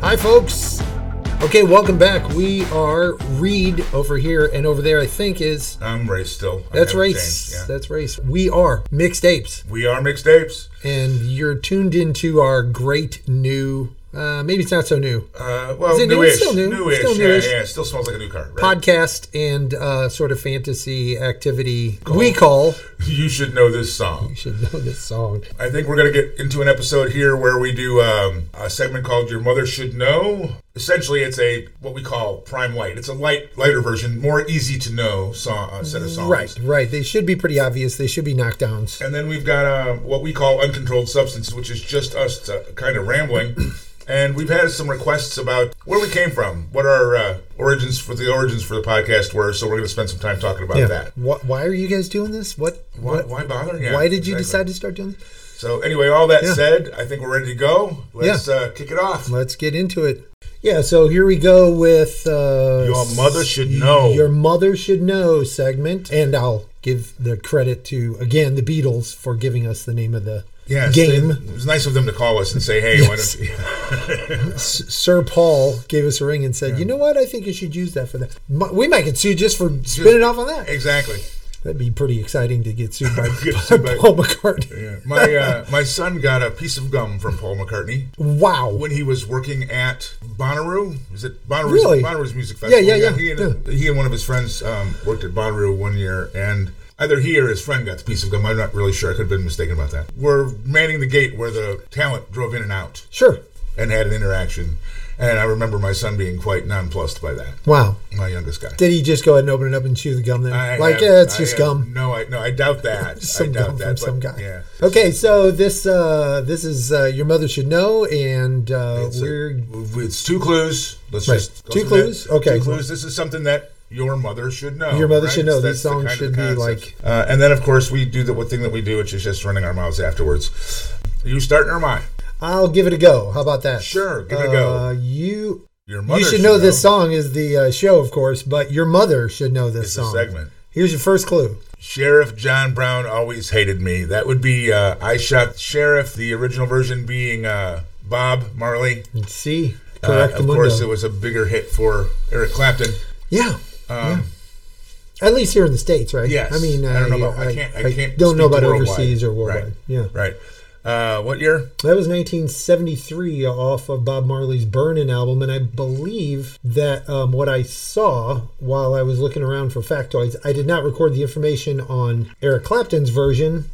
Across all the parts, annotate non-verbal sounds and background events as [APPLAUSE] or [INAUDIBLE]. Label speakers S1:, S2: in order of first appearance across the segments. S1: Hi, folks. Okay, welcome back. We are Reed over here, and over there, I think, is.
S2: I'm race still. I
S1: That's
S2: haven't
S1: race.
S2: changed, yeah.
S1: That's race. We are Mixed Apes,
S2: we are mixtapes.
S1: and you're tuned into our great new, uh, maybe it's not so new,
S2: Uh, well,
S1: Is it new?
S2: newish,
S1: It's still new.
S2: newish,
S1: Still
S2: yeah,
S1: newish.
S2: yeah. Still smells like a new car. Right?
S1: podcast and uh, sort of fantasy activity we call. [LAUGHS]
S2: you should know this song.
S1: You should know this song.
S2: I think we're gonna get into an episode here where we do um, a segment called "Your Mother Should Know." Essentially, it's a what we call prime light. It's a light, lighter version, more easy to know song, uh, set of songs.
S1: Right, right. They should be pretty obvious. They should be knockdowns.
S2: And then we've got uh, what we call uncontrolled substance, which is just us uh, kind of rambling.
S1: [CLEARS THROAT]
S2: And we've had some requests about where we came from, what our uh, origins for the origins for the podcast were. So we're going to spend some time talking about that.
S1: Wh- why are you guys doing this? What?
S2: Why, why bother? Yeah,
S1: Why did you
S2: exactly.
S1: decide to start doing this?
S2: So anyway, all that said, I think we're ready to go. Let's
S1: Yeah.
S2: uh, kick it off.
S1: Let's get into it. Yeah, so here we go with uh,
S2: Your mother should know.
S1: Your mother should know segment, and I'll give the credit to again the Beatles for giving us the name of the
S2: Yes,
S1: game.
S2: It was nice of them to call us and say, "Hey,
S1: Yes.
S2: why don't you?" [LAUGHS]
S1: S- Sir Paul gave us a ring and said, "You know what? I think you should use that for that. Mi- We might get sued just for spinning off on that.
S2: exactly.
S1: That'd be pretty exciting to get sued by,
S2: [LAUGHS] Get
S1: by
S2: sued by-
S1: [LAUGHS] Paul McCartney.
S2: Yeah. My uh, my son got a piece of gum from Paul McCartney.
S1: Wow.
S2: when he was working at Bonnaroo. Is it Bonnaroo's,
S1: Really?
S2: Bonnaroo's Music Festival?
S1: yeah, yeah,
S2: He and, he and one of his friends um, worked at Bonnaroo one year, and either he or his friend got the piece of gum. I'm not really sure. I could have been mistaken about that. We're manning the gate where the talent drove in and out
S1: sure.
S2: and had an interaction. And I remember my son being quite nonplussed by that.
S1: Wow.
S2: My youngest guy.
S1: Did he just go ahead and open it up and chew the gum then?
S2: I
S1: like,
S2: have-
S1: yeah, it's
S2: I
S1: just
S2: have
S1: gum.
S2: No, I no, I doubt that. I
S1: [LAUGHS] Some
S2: doubt
S1: gum
S2: that.
S1: from
S2: but
S1: some guy.
S2: Yeah.
S1: Okay, so this uh, this is uh, your mother should know, and uh,
S2: So
S1: we're
S2: it's two clues. Let's
S1: Right.
S2: just go
S1: Two
S2: through that.
S1: clues? Okay.
S2: Two clues. This is something that your mother should know.
S1: Your mother
S2: right?
S1: should know.
S2: That's
S1: These
S2: the
S1: songs
S2: kind of
S1: should be
S2: concept. Uh, and then, of course, we do the one thing that we do, which is just running our mouths afterwards. You starting or am I?
S1: I'll give it a go. How about that?
S2: Sure, give it a
S1: Uh,
S2: go.
S1: you
S2: Your mother.
S1: you should know, this song is the uh, show, of course, but your mother should know this
S2: It's a
S1: song.
S2: segment.
S1: Here's your first clue.
S2: Sheriff John Brown always hated me. That would be uh, I shot sheriff. The original version being uh, Bob Marley.
S1: Let's see.
S2: Uh,
S1: Correct
S2: of course, it was a bigger hit for Eric Clapton.
S1: yeah.
S2: Um,
S1: At least here in the states, right?
S2: Yes.
S1: I mean,
S2: I don't
S1: I-
S2: know about- I can't- I can't
S1: don't know
S2: speak
S1: about
S2: worldwide.
S1: overseas or worldwide.
S2: Right.
S1: Yeah,
S2: Right. Uh, what year?
S1: that was 1973 off of Bob Marley's Burnin' album, and I believe that um, what I saw while I was looking around for factoids, I did not record the information on Eric Clapton's version.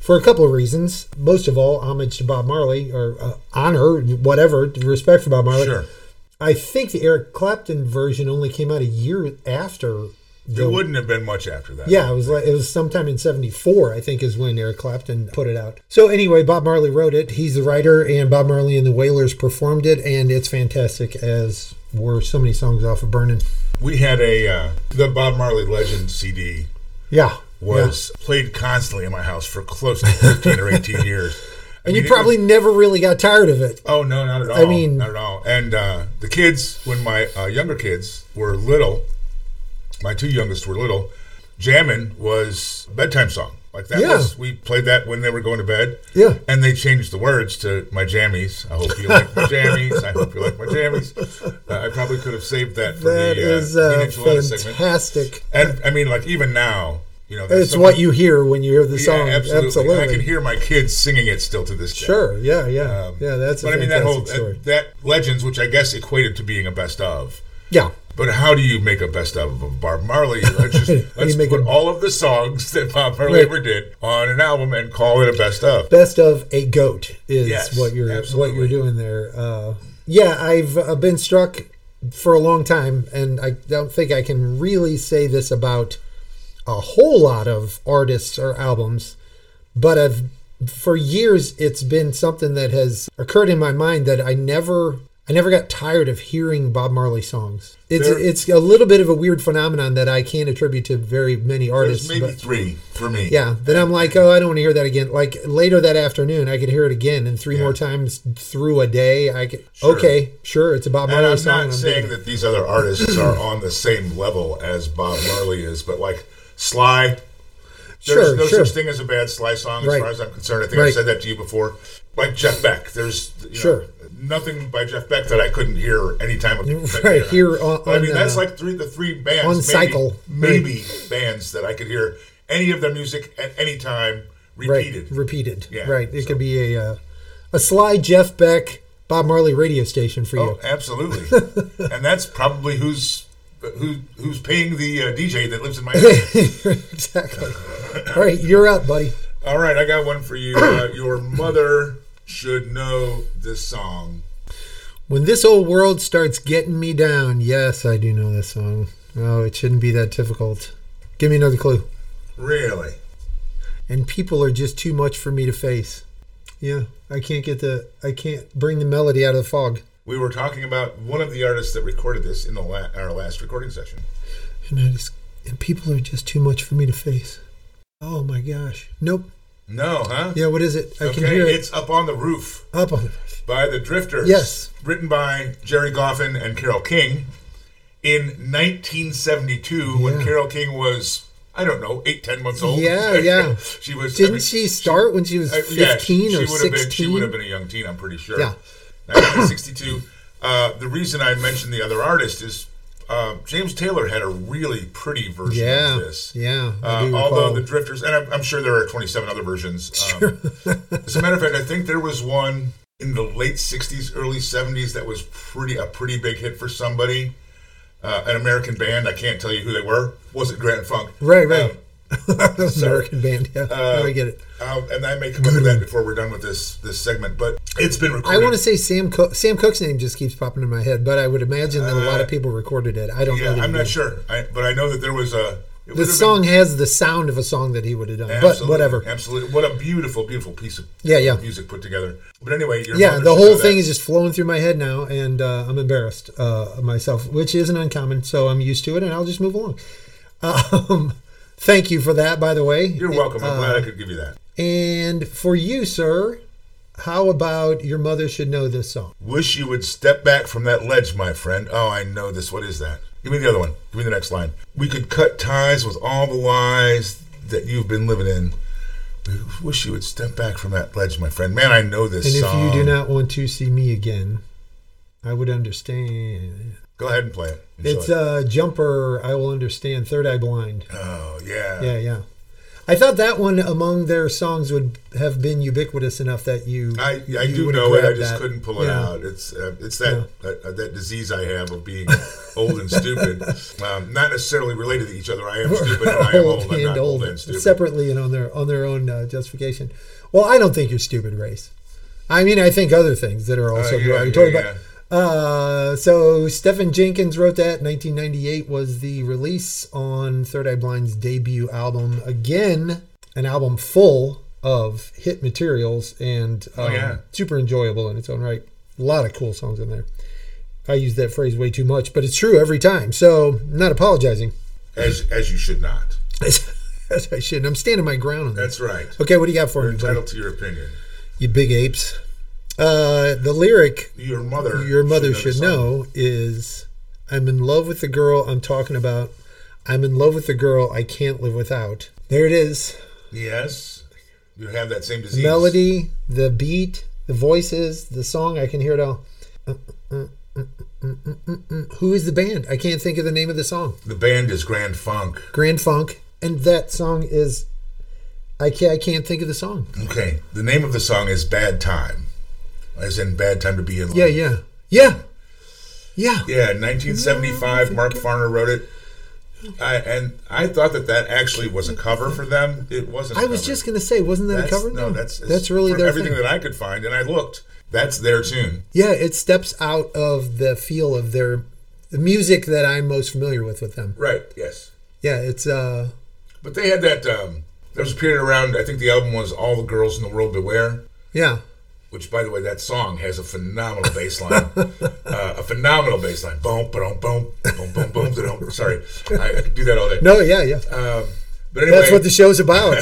S1: For a couple of reasons, most of all, homage to Bob Marley or uh, honor, whatever, respect for Bob Marley.
S2: Sure.
S1: I think the Eric Clapton version only came out a year after
S2: It
S1: the
S2: wouldn't have been much after that.
S1: Yeah, it was like it was sometime in '74, I think, is when Eric Clapton put it out. So anyway, Bob Marley wrote it. He's the writer, and Bob Marley and the Wailers performed it, and it's fantastic, as were so many songs off of Burnin'.
S2: We had a uh, the Bob Marley Legend CD
S1: Yeah,
S2: was played constantly in my house for close to 15 or 18 years. I
S1: yeah. [LAUGHS] and
S2: mean,
S1: you
S2: it
S1: probably
S2: was-
S1: never really got tired of it.
S2: oh no, not at all.
S1: I mean-
S2: not at all. And uh, the kids, when my uh, younger kids were little, my two youngest were little. Jammin' was a bedtime song. Like that
S1: Yeah.
S2: was we played that when they were going to bed.
S1: Yeah.
S2: And they changed the words to my jammies. I hope you like
S1: [LAUGHS]
S2: my jammies. I hope you like my jammies. Uh, I probably could have saved that for
S1: That
S2: the, uh,
S1: is
S2: Nina
S1: uh,
S2: Gillette segment.
S1: fantastic.
S2: And I mean, like even now, you know,
S1: It's what you hear when you hear the song. absolutely.
S2: I can hear my kids singing it still to this day.
S1: Sure. Yeah. Yeah. yeah. That's.
S2: But
S1: a
S2: I mean that whole
S1: fantastic story.
S2: that, that legends, which I guess equated to being a best of.
S1: yeah.
S2: But how do you make a best of of Bob
S1: [LAUGHS]
S2: Marley? Let's
S1: do you
S2: just let's
S1: make
S2: put
S1: a-
S2: all of the songs that Bob Marley
S1: Right.
S2: ever did on an album and call it a best of.
S1: best of a goat is
S2: Yes,
S1: what you're what
S2: absolutely.
S1: you're doing there. Uh, yeah, I've uh, been struck for a long time, and I don't think I can really say this about a whole lot of artists or albums, but I've for years it's been something that has occurred in my mind that I never. I never got tired of hearing Bob Marley songs. It's
S2: There-
S1: it's a little bit of a weird phenomenon that I can't attribute to very many artists.
S2: There's maybe
S1: but-
S2: three for me.
S1: yeah. Then I'm like, oh, I don't want to hear that again. Like later that afternoon, I could hear it again, and three more times through a day. I could. Okay, sure. It's a Bob
S2: And
S1: Marley
S2: I'm
S1: song.
S2: not
S1: I'm
S2: saying
S1: digging
S2: that these
S1: [CLEARS THROAT]
S2: other artists are on the same level as Bob Marley is, but like Sly, There's
S1: Sure,
S2: no
S1: sure.
S2: such thing as a bad Sly song, as
S1: Right.
S2: far as I'm concerned. I think I
S1: Right.
S2: said that to you before. Like Jeff Beck, there's you know,
S1: Sure.
S2: nothing by Jeff Beck that I couldn't hear any time.
S1: [LAUGHS] Right, here on-
S2: But, I mean,
S1: on,
S2: that's
S1: uh,
S2: like three the three bands,
S1: on
S2: maybe,
S1: cycle.
S2: maybe bands that I could hear any of their music at any time repeated.
S1: Right, repeated.
S2: Yeah,
S1: right. It
S2: so-
S1: could be a uh, a sly Jeff Beck, Bob Marley radio station for you.
S2: Oh, absolutely.
S1: [LAUGHS]
S2: and that's probably who's who who's paying the uh, DJ that
S1: [LAUGHS]
S2: lives in my house.
S1: exactly. All right, you're up, buddy.
S2: All right, I got one for you. Uh, your mother should know this song.
S1: When this old world starts getting me down, yes, I do know this song. Oh, it shouldn't be that difficult. Give me another clue.
S2: Really?
S1: And people are just too much for me to face. Yeah, I can't get the I can't bring the melody out of the fog.
S2: We were talking about one of the artists that recorded this in the la- our last recording session.
S1: And I just and people are just too much for me to face. Oh my gosh. Nope.
S2: No, huh?
S1: Yeah, what is it? I can
S2: okay,
S1: hear it
S2: it's Up on the Roof
S1: up on
S2: by the Drifters.
S1: Yes.
S2: Written by Jerry Goffin and Carol King in 1972 when
S1: Yeah.
S2: Carol King was, I don't know, eight, ten months old.
S1: Yeah,
S2: [LAUGHS]
S1: yeah.
S2: she was. I
S1: Didn't
S2: mean,
S1: she start when she was
S2: Uh, yeah, she-
S1: 15
S2: she
S1: or
S2: would have Been, she would
S1: 16?
S2: have been a young teen, I'm pretty sure.
S1: Yeah.
S2: 1962. Uh, the reason I mentioned the other artist is uh, James Taylor had a really pretty version
S1: Yeah.
S2: of this.
S1: Yeah. I
S2: Uh,
S1: do
S2: although
S1: recall.
S2: the Drifters, and I'm, I'm sure there are 27 other versions. Um, as a matter of fact, I think there was one in the late 60s, early 70s that was pretty a pretty big hit for somebody. Uh, an American band, I can't tell you who they were. Was it Grand Funk?
S1: Right, right.
S2: Um,
S1: [LAUGHS] that was
S2: sorry.
S1: American band. Yeah. Now I get it.
S2: um, and I may come up with that before we're done with this this segment, but it's been
S1: Mm-hmm. I
S2: recorded.
S1: want to say Sam Cook. Sam Cook's name just keeps popping in my head, but I would imagine that a lot of people recorded it. I don't know.
S2: Uh, Yeah,
S1: that he
S2: I'm not
S1: did.
S2: sure, I, but I know that there was a. It
S1: The song has the sound of a song that he would have done, but whatever.
S2: Absolutely, what a beautiful, beautiful piece of
S1: Yeah, yeah.
S2: music put together. But anyway, your
S1: Yeah,
S2: mother
S1: the
S2: should
S1: whole
S2: know
S1: thing
S2: that.
S1: is just flowing through my head now, and uh, I'm embarrassed uh, of myself, which isn't uncommon. So I'm used to it, and I'll just move along. [LAUGHS] Um, thank you for that, by the way. Uh,
S2: You're welcome. I'm glad I could give you that.
S1: And for you, sir, how about your mother should know this song?
S2: Wish you would step back from that ledge, my friend. Oh, I know this. What is that? Give me the other one. Give me the next line. We could cut ties with all the lies that you've been living in. We wish you would step back from that ledge, my friend. Man, I know this
S1: And if
S2: song.
S1: you do not want to see me again, I would understand.
S2: go ahead and play it. Enjoy
S1: It's
S2: it.
S1: a jumper. I will understand. Third Eye Blind.
S2: oh yeah.
S1: Yeah, yeah. I thought that one among their songs would have been ubiquitous enough that you.
S2: I, I
S1: you
S2: do
S1: would have
S2: know it. I
S1: grabbed
S2: just
S1: that.
S2: couldn't pull it
S1: Yeah.
S2: out. It's uh, it's that uh, that disease I have of being old
S1: [LAUGHS]
S2: and stupid. Um, not necessarily related to each other. I am stupid and I am old. I'm not old and stupid.
S1: separately and on their on their own uh, justification. Well, I don't think you're stupid, race. I mean, I think other things that are also
S2: Oh, yeah,
S1: derogatory.
S2: yeah,
S1: But uh, so Stephen Jenkins wrote that. 1998 was the release on Third Eye Blind's debut album. Again, an album full of hit materials and um,
S2: Oh, yeah.
S1: super enjoyable in its own right. A lot of cool songs in there. I use that phrase way too much, but it's true every time. So, not apologizing.
S2: As as you should not.
S1: As, as [LAUGHS] I should. I'm standing my ground on that.
S2: That's right.
S1: Okay, what do you got for me, buddy?
S2: Entitled to your opinion.
S1: You big apes. Uh, the lyric
S2: Your mother.
S1: your mother should
S2: the song.
S1: know is I'm in love with the girl I'm talking about. I'm in love with the girl I can't live without. There it is.
S2: Yes. You have that same disease.
S1: Melody, the beat, the voices, the song. I can hear it all. Uh, Who is the band? I can't think of the name of the song.
S2: The band is Grand Funk.
S1: Grand Funk. And that song is. I can't, I can't think of the song.
S2: Okay. The name of the song is Bad Time, as in bad time to be in love.
S1: Yeah, yeah, yeah, yeah.
S2: Yeah, 1975. Mark Farner wrote it. I, and I thought that that actually was a cover for them. It wasn't. I
S1: I was just gonna say, wasn't that
S2: that's,
S1: a cover?
S2: No, that's it's-
S1: that's really
S2: from
S1: their
S2: everything
S1: thing.
S2: that I could find, and I looked. That's their tune.
S1: yeah, it steps out of the feel of their the music that I'm most familiar with with them.
S2: Right. Yes.
S1: Yeah, it's uh,
S2: But they had that. Um, there was a period around. I think the album was "All the Girls in the World Beware,"
S1: yeah,
S2: which, by the way, that song has a phenomenal bass
S1: [LAUGHS]
S2: line. uh, a phenomenal bass line. Boom, boom, boom, boom, boom,
S1: [LAUGHS]
S2: boom. da-dum. Sorry, I, I could do that all day.
S1: no, yeah, yeah.
S2: Um, but anyway,
S1: that's what the show's
S2: [LAUGHS]
S1: about.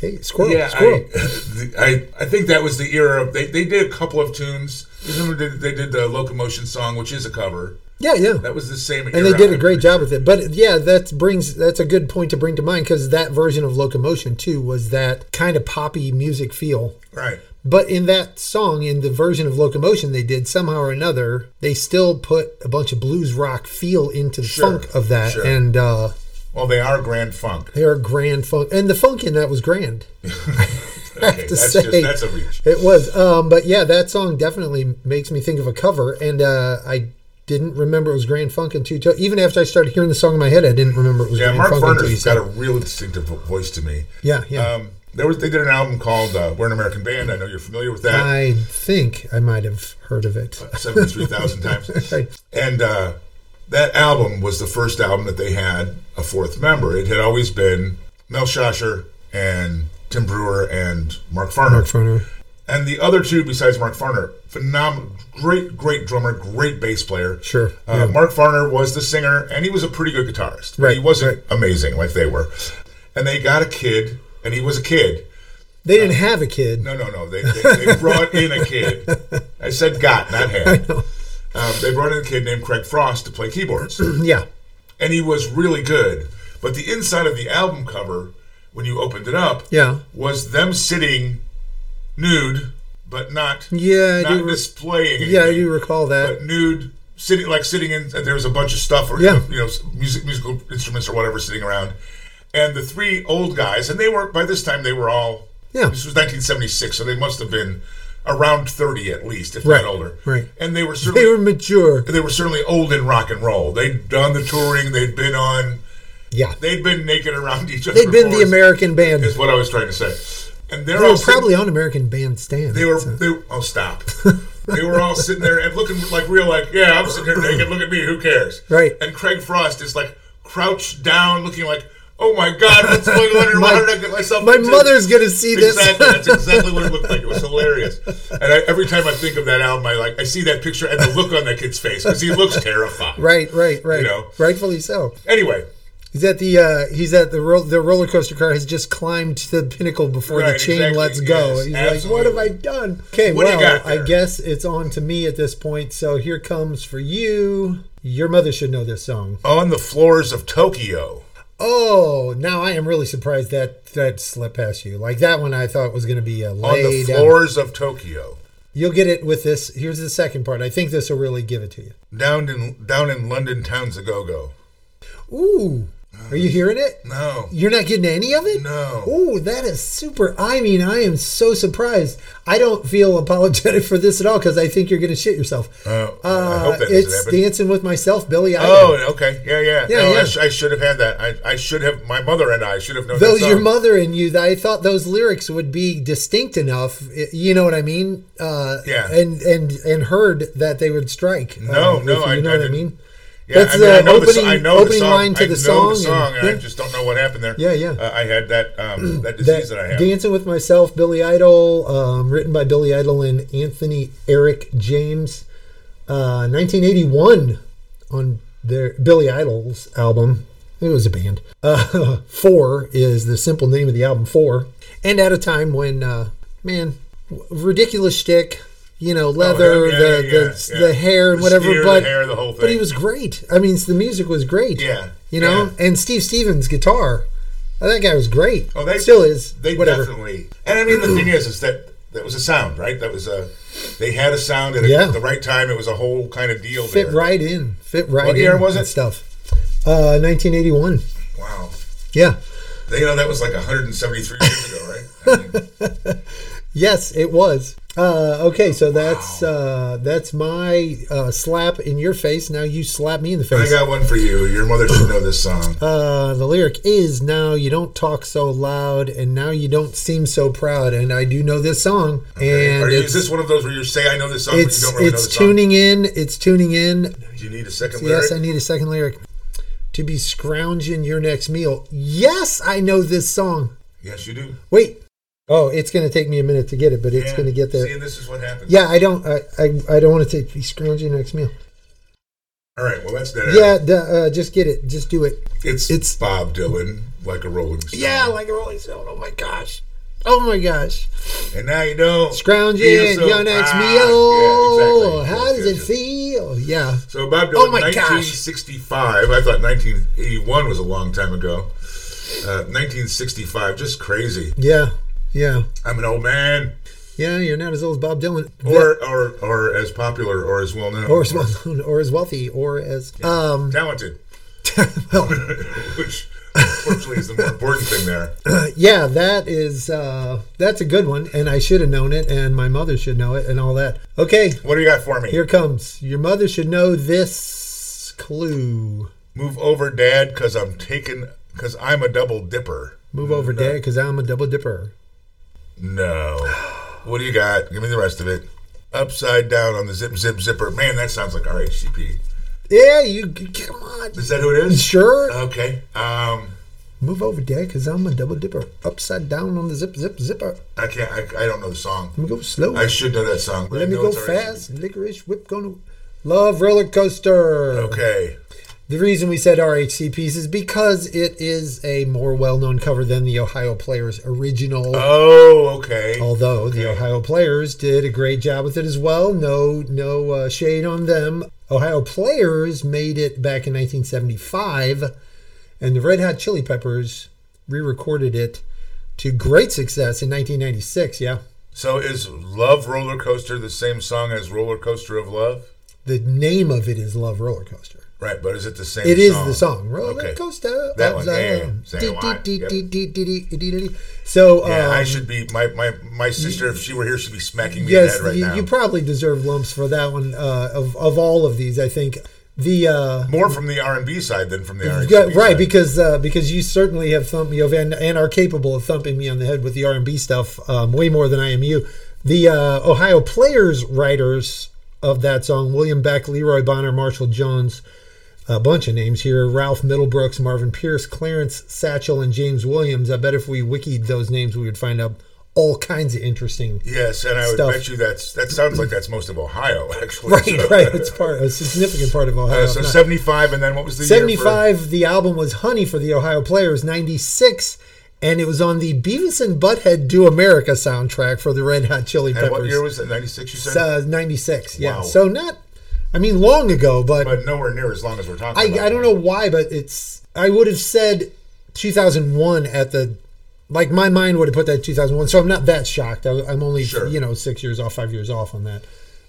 S1: hey, squirrel,
S2: Yeah,
S1: squirrel.
S2: I, [LAUGHS] the- I I think that was the era of they, they did a couple of tunes. Remember they, they did the locomotion song, which is a cover.
S1: Yeah, yeah.
S2: That was the same.
S1: and they did a great job with it. But yeah, that brings that's a good point to bring to mind because that version of Locomotion too was that kind of poppy music feel.
S2: Right.
S1: But in that song, in the version of Locomotion they did, somehow or another, they still put a bunch of blues rock feel into the
S2: Sure,
S1: funk of that,
S2: sure.
S1: and uh,
S2: Well, they are
S1: [LAUGHS]
S2: grand funk.
S1: they are grand funk. And the funk in that was grand.
S2: Okay,
S1: to
S2: that's
S1: say.
S2: just that's a reach.
S1: It was. Um, but yeah, that song definitely makes me think of a cover, and uh, I didn't remember it was Grand Funk and Two Tone. Even after I started hearing the song in my head, I didn't remember it was
S2: Yeah,
S1: Grand
S2: Mark
S1: Funk and Two
S2: Verner's
S1: Tone.
S2: got a real distinctive vo- voice to me.
S1: Yeah, yeah.
S2: Um, there was they did an album called uh, "We're an American Band." I know you're familiar with that.
S1: I think I might have heard of it.
S2: Seventy-three thousand times.
S1: [LAUGHS] Right.
S2: And uh, that album was the first album that they had a fourth member. It had always been Mel Shasher and Tim Brewer and Mark Farner.
S1: Mark Farner.
S2: And the other two, besides Mark Farner, phenomenal, great, great drummer, great bass player.
S1: Sure,
S2: Uh, Mark Farner was the singer, and he was a pretty good guitarist. but He
S1: Right,
S2: wasn't amazing like they were. And they got a kid, and he was a kid.
S1: They didn't
S2: Uh,
S1: have a kid.
S2: No, no, no. They, they, they brought in a kid. I said got,
S1: [LAUGHS]
S2: not had. Um, they brought in a kid named Craig Frost to
S1: [CLEARS THROAT]
S2: play keyboards,
S1: Yeah.
S2: and he was really good. But the inside of the album cover, when you opened it up,
S1: Yeah.
S2: was them sitting nude, but not
S1: Yeah, I
S2: not
S1: do. Re-
S2: displaying.
S1: yeah, I
S2: anything,
S1: do recall that.
S2: but nude, sitting like sitting in. There was a bunch of stuff, or
S1: Yeah.
S2: you know, music, musical instruments or whatever, sitting around. And the three old guys, and they were by this time they were all.
S1: Yeah.
S2: This was 1976, so they must have been around 30 at least, if
S1: Right,
S2: not older.
S1: right.
S2: And they were certainly
S1: They were mature.
S2: they were certainly old in rock and roll. They'd done the touring. They'd been on.
S1: Yeah.
S2: They'd been naked around each other.
S1: They'd been the
S2: before,
S1: American band.
S2: Is what I was trying to say. And they're
S1: They
S2: all
S1: were
S2: sitting-
S1: probably on American bandstand.
S2: they were they were,
S1: [LAUGHS]
S2: oh stop. they were all sitting there and looking like real like yeah I'm sitting here naked look at me who cares
S1: Right.
S2: and Craig Frost is like crouched down looking like oh my god
S1: [LAUGHS]
S2: what's going on here? why
S1: My-
S2: did I get myself
S1: My
S2: into-"
S1: mother's gonna see this.
S2: exactly that's exactly what it looked like it was hilarious and I, every time I think of that album I like I see that picture and the look on that kid's face because he looks
S1: [LAUGHS]
S2: terrified
S1: right, right, right.
S2: You know.
S1: Rightfully so.
S2: anyway
S1: He's at the uh, he's at the ro- the roller coaster car has just climbed to the pinnacle before the
S2: Right,
S1: chain
S2: exactly,
S1: lets go.
S2: yes,
S1: he's like, "What have I
S2: absolutely.
S1: done?" Okay,
S2: What do you
S1: well,
S2: got
S1: I
S2: there?
S1: guess it's on to me at this point. So here comes for you. Your mother should know this song.
S2: on the floors of Tokyo
S1: Oh, now I am really surprised that that slipped past you. Like that one, I thought was going to be a
S2: on the
S1: lay down.
S2: floors of Tokyo
S1: You'll get it with this. Here's the second part. I think this will really give it to you.
S2: down in down in London towns a go go
S1: Ooh, are you hearing it?
S2: no
S1: You're not getting any of it?
S2: No.
S1: Oh, that is super. I mean, I am so surprised. I don't feel apologetic [LAUGHS] for this at all because I think you're going to shit yourself. Uh,
S2: Oh, I hope that doesn't
S1: it's
S2: happen.
S1: Dancing with Myself, Billy Idol.
S2: Oh, okay. Yeah, yeah.
S1: Yeah,
S2: no,
S1: yeah.
S2: I, sh- I should have had that. I, I should have. My mother and I should have known
S1: Though
S2: that song.
S1: your mother and you, I thought those lyrics would be distinct enough. i- You know what I mean? Uh,
S2: Yeah.
S1: And and and heard that they would strike.
S2: No,
S1: uh,
S2: no,
S1: if
S2: I-
S1: you know
S2: I
S1: what I
S2: didn't.
S1: mean.
S2: yeah,
S1: that's
S2: I mean,
S1: the
S2: I know the,
S1: opening-
S2: so- I know
S1: opening
S2: the song.
S1: line to
S2: I
S1: the
S2: know
S1: song
S2: the song,
S1: and-
S2: and,
S1: yeah.
S2: I just don't know what happened there.
S1: Yeah, yeah.
S2: Uh, I had
S1: [CLEARS THROAT]
S2: that um, that disease
S1: That
S2: that, I have.
S1: Dancing with Myself, Billy Idol, um, written by Billy Idol and Anthony Eric James, uh, 1981 on their Billy Idol's album. It was a band. Uh, [LAUGHS] Four is the simple name of the album. Four, and at a time when uh, man, w- ridiculous shtick. You know, leather,
S2: Oh, yeah,
S1: the,
S2: yeah,
S1: the,
S2: yeah,
S1: the
S2: yeah.
S1: hair,
S2: The
S1: whatever.
S2: sneer, the
S1: but
S2: hair, the whole
S1: but he
S2: thing.
S1: was great. I mean, the music was great.
S2: Yeah,
S1: you know.
S2: yeah.
S1: And Steve Stevens' guitar, Oh, that guy was great.
S2: Oh, they
S1: still is.
S2: They
S1: whatever.
S2: definitely. And I mean, the thing is, is that that was a sound, right? That was a. They had a sound at a,
S1: Yeah.
S2: the right time. It was a whole kind of deal.
S1: fit
S2: there.
S1: right in. Fit right
S2: What
S1: in.
S2: year was
S1: and
S2: it?
S1: Stuff. Uh, 1981.
S2: Wow.
S1: Yeah.
S2: They, you know, that was like 173 years ago, right? I mean,
S1: Yes, it was. Uh, okay, so that's uh, that's my uh, slap in your face. Now you slap me in the
S2: I
S1: face.
S2: got one for you. Your mother should know this song.
S1: Uh, the lyric is now you don't talk so loud, and now you don't seem so proud. And I do know this song, and
S2: Are you, is
S1: it's
S2: this one of those where you say I know this song, but you
S1: it's
S2: don't really know the
S1: it's
S2: song?
S1: tuning in. It's tuning in.
S2: Do you need a second lyric?
S1: Yes, I need a second lyric. To be scrounging your next meal. Yes, I know this song.
S2: Yes, you do.
S1: Wait. Oh, it's going to take me a minute to get it, but it's
S2: Yeah.
S1: going to get there.
S2: See, and this is what happens.
S1: yeah, I don't. I I, I don't want to take be scrounging next meal.
S2: All right. Well, that's that.
S1: Yeah, duh, uh, just get it. Just do it.
S2: It's
S1: it's-
S2: it's Bob Dylan, like a Rolling Stone.
S1: Yeah, like a Rolling Stone. Oh my gosh. Oh my gosh.
S2: And now you don't
S1: Scrounging
S2: feel so
S1: your next
S2: proud.
S1: meal.
S2: Yeah, exactly.
S1: How
S2: Yes,
S1: does
S2: yes,
S1: it
S2: yes.
S1: feel? still, yeah.
S2: So Bob Dylan,
S1: Oh my gosh.
S2: 1965. I thought 1981 was a long time ago. Uh, 1965, just crazy.
S1: Yeah. Yeah.
S2: I'm an old man,
S1: Yeah, you're not as old as Bob Dylan.
S2: or or or as popular, or as well known,
S1: or as well known, or as wealthy, or as um,
S2: talented,
S1: [LAUGHS] well,
S2: [LAUGHS] which unfortunately is the more important thing there.
S1: yeah, that is uh, that's a good one, and I should have known it, and my mother should know it, and all that. Okay,
S2: What do you got for me?
S1: here it comes. Your mother should know this clue.
S2: Move over, Dad, cause I'm taking, cause I'm a double dipper.
S1: Move over, Dad, because I'm a double dipper.
S2: No. What do you got? Give me the rest of it. Upside down on the zip zip zipper. Man, that sounds like RHCP.
S1: Yeah, you come on.
S2: Is that who it is?
S1: Sure.
S2: Okay. Um,
S1: Move over, Dad, because I'm a double dipper. Upside down on the zip, zip, zipper.
S2: I can't. I, I don't know the song.
S1: Let me go slow.
S2: I should know that song. But I
S1: Let me
S2: know
S1: go
S2: it's RHCP.
S1: fast. Licorice whip gonna love roller coaster.
S2: Okay.
S1: The reason we said RHCPs is because it is a more well known cover than the Ohio Players original.
S2: Oh, okay.
S1: Although the
S2: okay.
S1: Ohio Players did a great job with it as well. No, no uh, shade on them. Ohio Players made it back in 1975, and the Red Hot Chili Peppers re recorded it to great success in 1996. Yeah.
S2: So is Love Roller Coaster the same song as Roller Coaster of Love?
S1: The name of it is Love Roller Coaster.
S2: Right, but is it the same?
S1: It is the song. Roller
S2: Okay.
S1: coaster.
S2: That one,
S1: upside
S2: yeah, yeah.
S1: down.
S2: Say
S1: Dee,
S2: why.
S1: dee,
S2: Yep.
S1: dee, dee, dee, dee, dee, dee, dee. So
S2: Yeah, I
S1: um,
S2: should be. My my my sister, if she were here, should be smacking me
S1: yes,
S2: in the head right
S1: you,
S2: now.
S1: you probably deserve lumps for that one. Uh, of of all of these, I think the uh,
S2: More from the R and B side than from the R and B.
S1: yeah, right because uh, because you certainly have thumped me over and, and are capable of thumping me on the head with the R and B stuff um, way more than I am you. The uh, Ohio Players writers of that song: William Beck, Leroy Bonner, Marshall Jones. A bunch of names here: Ralph Middlebrooks, Marvin Pierce, Clarence Satchel, and James Williams. I bet if we wikied those names, we would find out all kinds of interesting.
S2: Yes, and I would
S1: stuff.
S2: bet you that's that sounds like that's most of Ohio, [LAUGHS] actually.
S1: Right,
S2: So-
S1: right. It's part a significant part of Ohio.
S2: Uh,
S1: if
S2: so
S1: not-
S2: seventy five, and then what was the year for-
S1: 75 the album was honey for the ohio players 96 and it was on the beavis and butthead do america soundtrack for the red hot chili
S2: and what
S1: peppers
S2: year was that? Ninety six. You said,
S1: uh, 96 yeah
S2: Wow.
S1: so not i mean long ago but,
S2: but nowhere near as long as we're talking.
S1: I,
S2: about
S1: I don't know why but it's i would have said 2001 at the like my mind would have put that 2001 so i'm not that shocked I, i'm only
S2: Sure.
S1: you know six years off five years off on that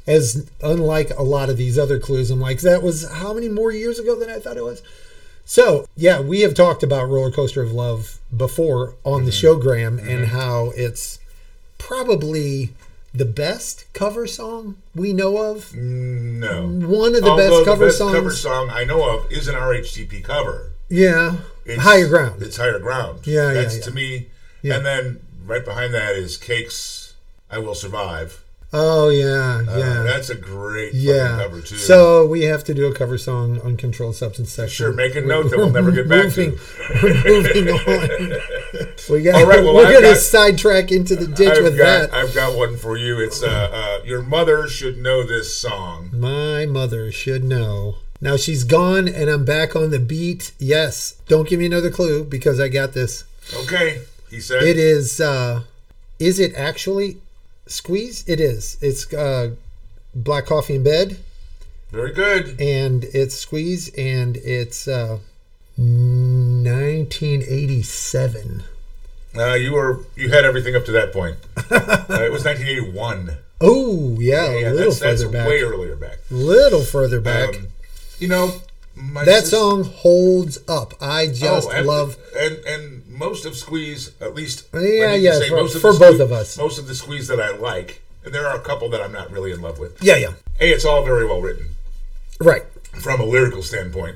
S1: as unlike a lot of these other clues i'm like that was how many more years ago than i thought it was so yeah, we have talked about Roller Coaster of Love before on the show, Graham, and how it's probably the best cover song we know of.
S2: No,
S1: One of the
S2: Although
S1: best cover songs.
S2: cover song I know of is an RHCP cover.
S1: Yeah,
S2: It's-
S1: higher ground.
S2: It's higher ground.
S1: Yeah, yeah,
S2: that's
S1: yeah.
S2: to me.
S1: Yeah.
S2: And then right behind that is Cakes. I will survive.
S1: Oh yeah,
S2: Uh,
S1: yeah,
S2: that's a great fucking
S1: yeah.
S2: cover too.
S1: So we have to do a cover song on controlled substance section.
S2: Sure, make a note that we'll never get back to.
S1: moving, We're
S2: [LAUGHS]
S1: moving on. We got.
S2: All right, well,
S1: we're
S2: I've
S1: gonna
S2: got-
S1: sidetrack into the ditch
S2: I've
S1: with
S2: got,
S1: that.
S2: I've got one for you. It's uh, uh, your mother should know this song.
S1: My mother should know. Now she's gone and I'm back on the beat. Yes. Don't give me another clue because I got this.
S2: Okay, he said.
S1: It is uh is it actually squeeze? It is. It's uh black coffee in bed
S2: Very good.
S1: and it's squeeze and it's uh 1987.
S2: Uh, you were you had everything up to that
S1: [LAUGHS]
S2: point. uh, it was 1981.
S1: Oh, yeah,
S2: Yeah,
S1: a little
S2: that's, that's
S1: further back.
S2: way earlier back.
S1: little further back.
S2: Um, you know, my
S1: that
S2: sis-
S1: song holds up. I
S2: Oh,
S1: just
S2: and-
S1: love
S2: and and most of Squeeze, at least.
S1: Yeah,
S2: I need to
S1: yeah, for-
S2: the
S1: for
S2: Squeeze-
S1: both of us.
S2: Most of the Squeeze that I like, and there are a couple that I'm not really in love with.
S1: Yeah, yeah.
S2: A, it's all very well written
S1: Right.
S2: from a lyrical standpoint,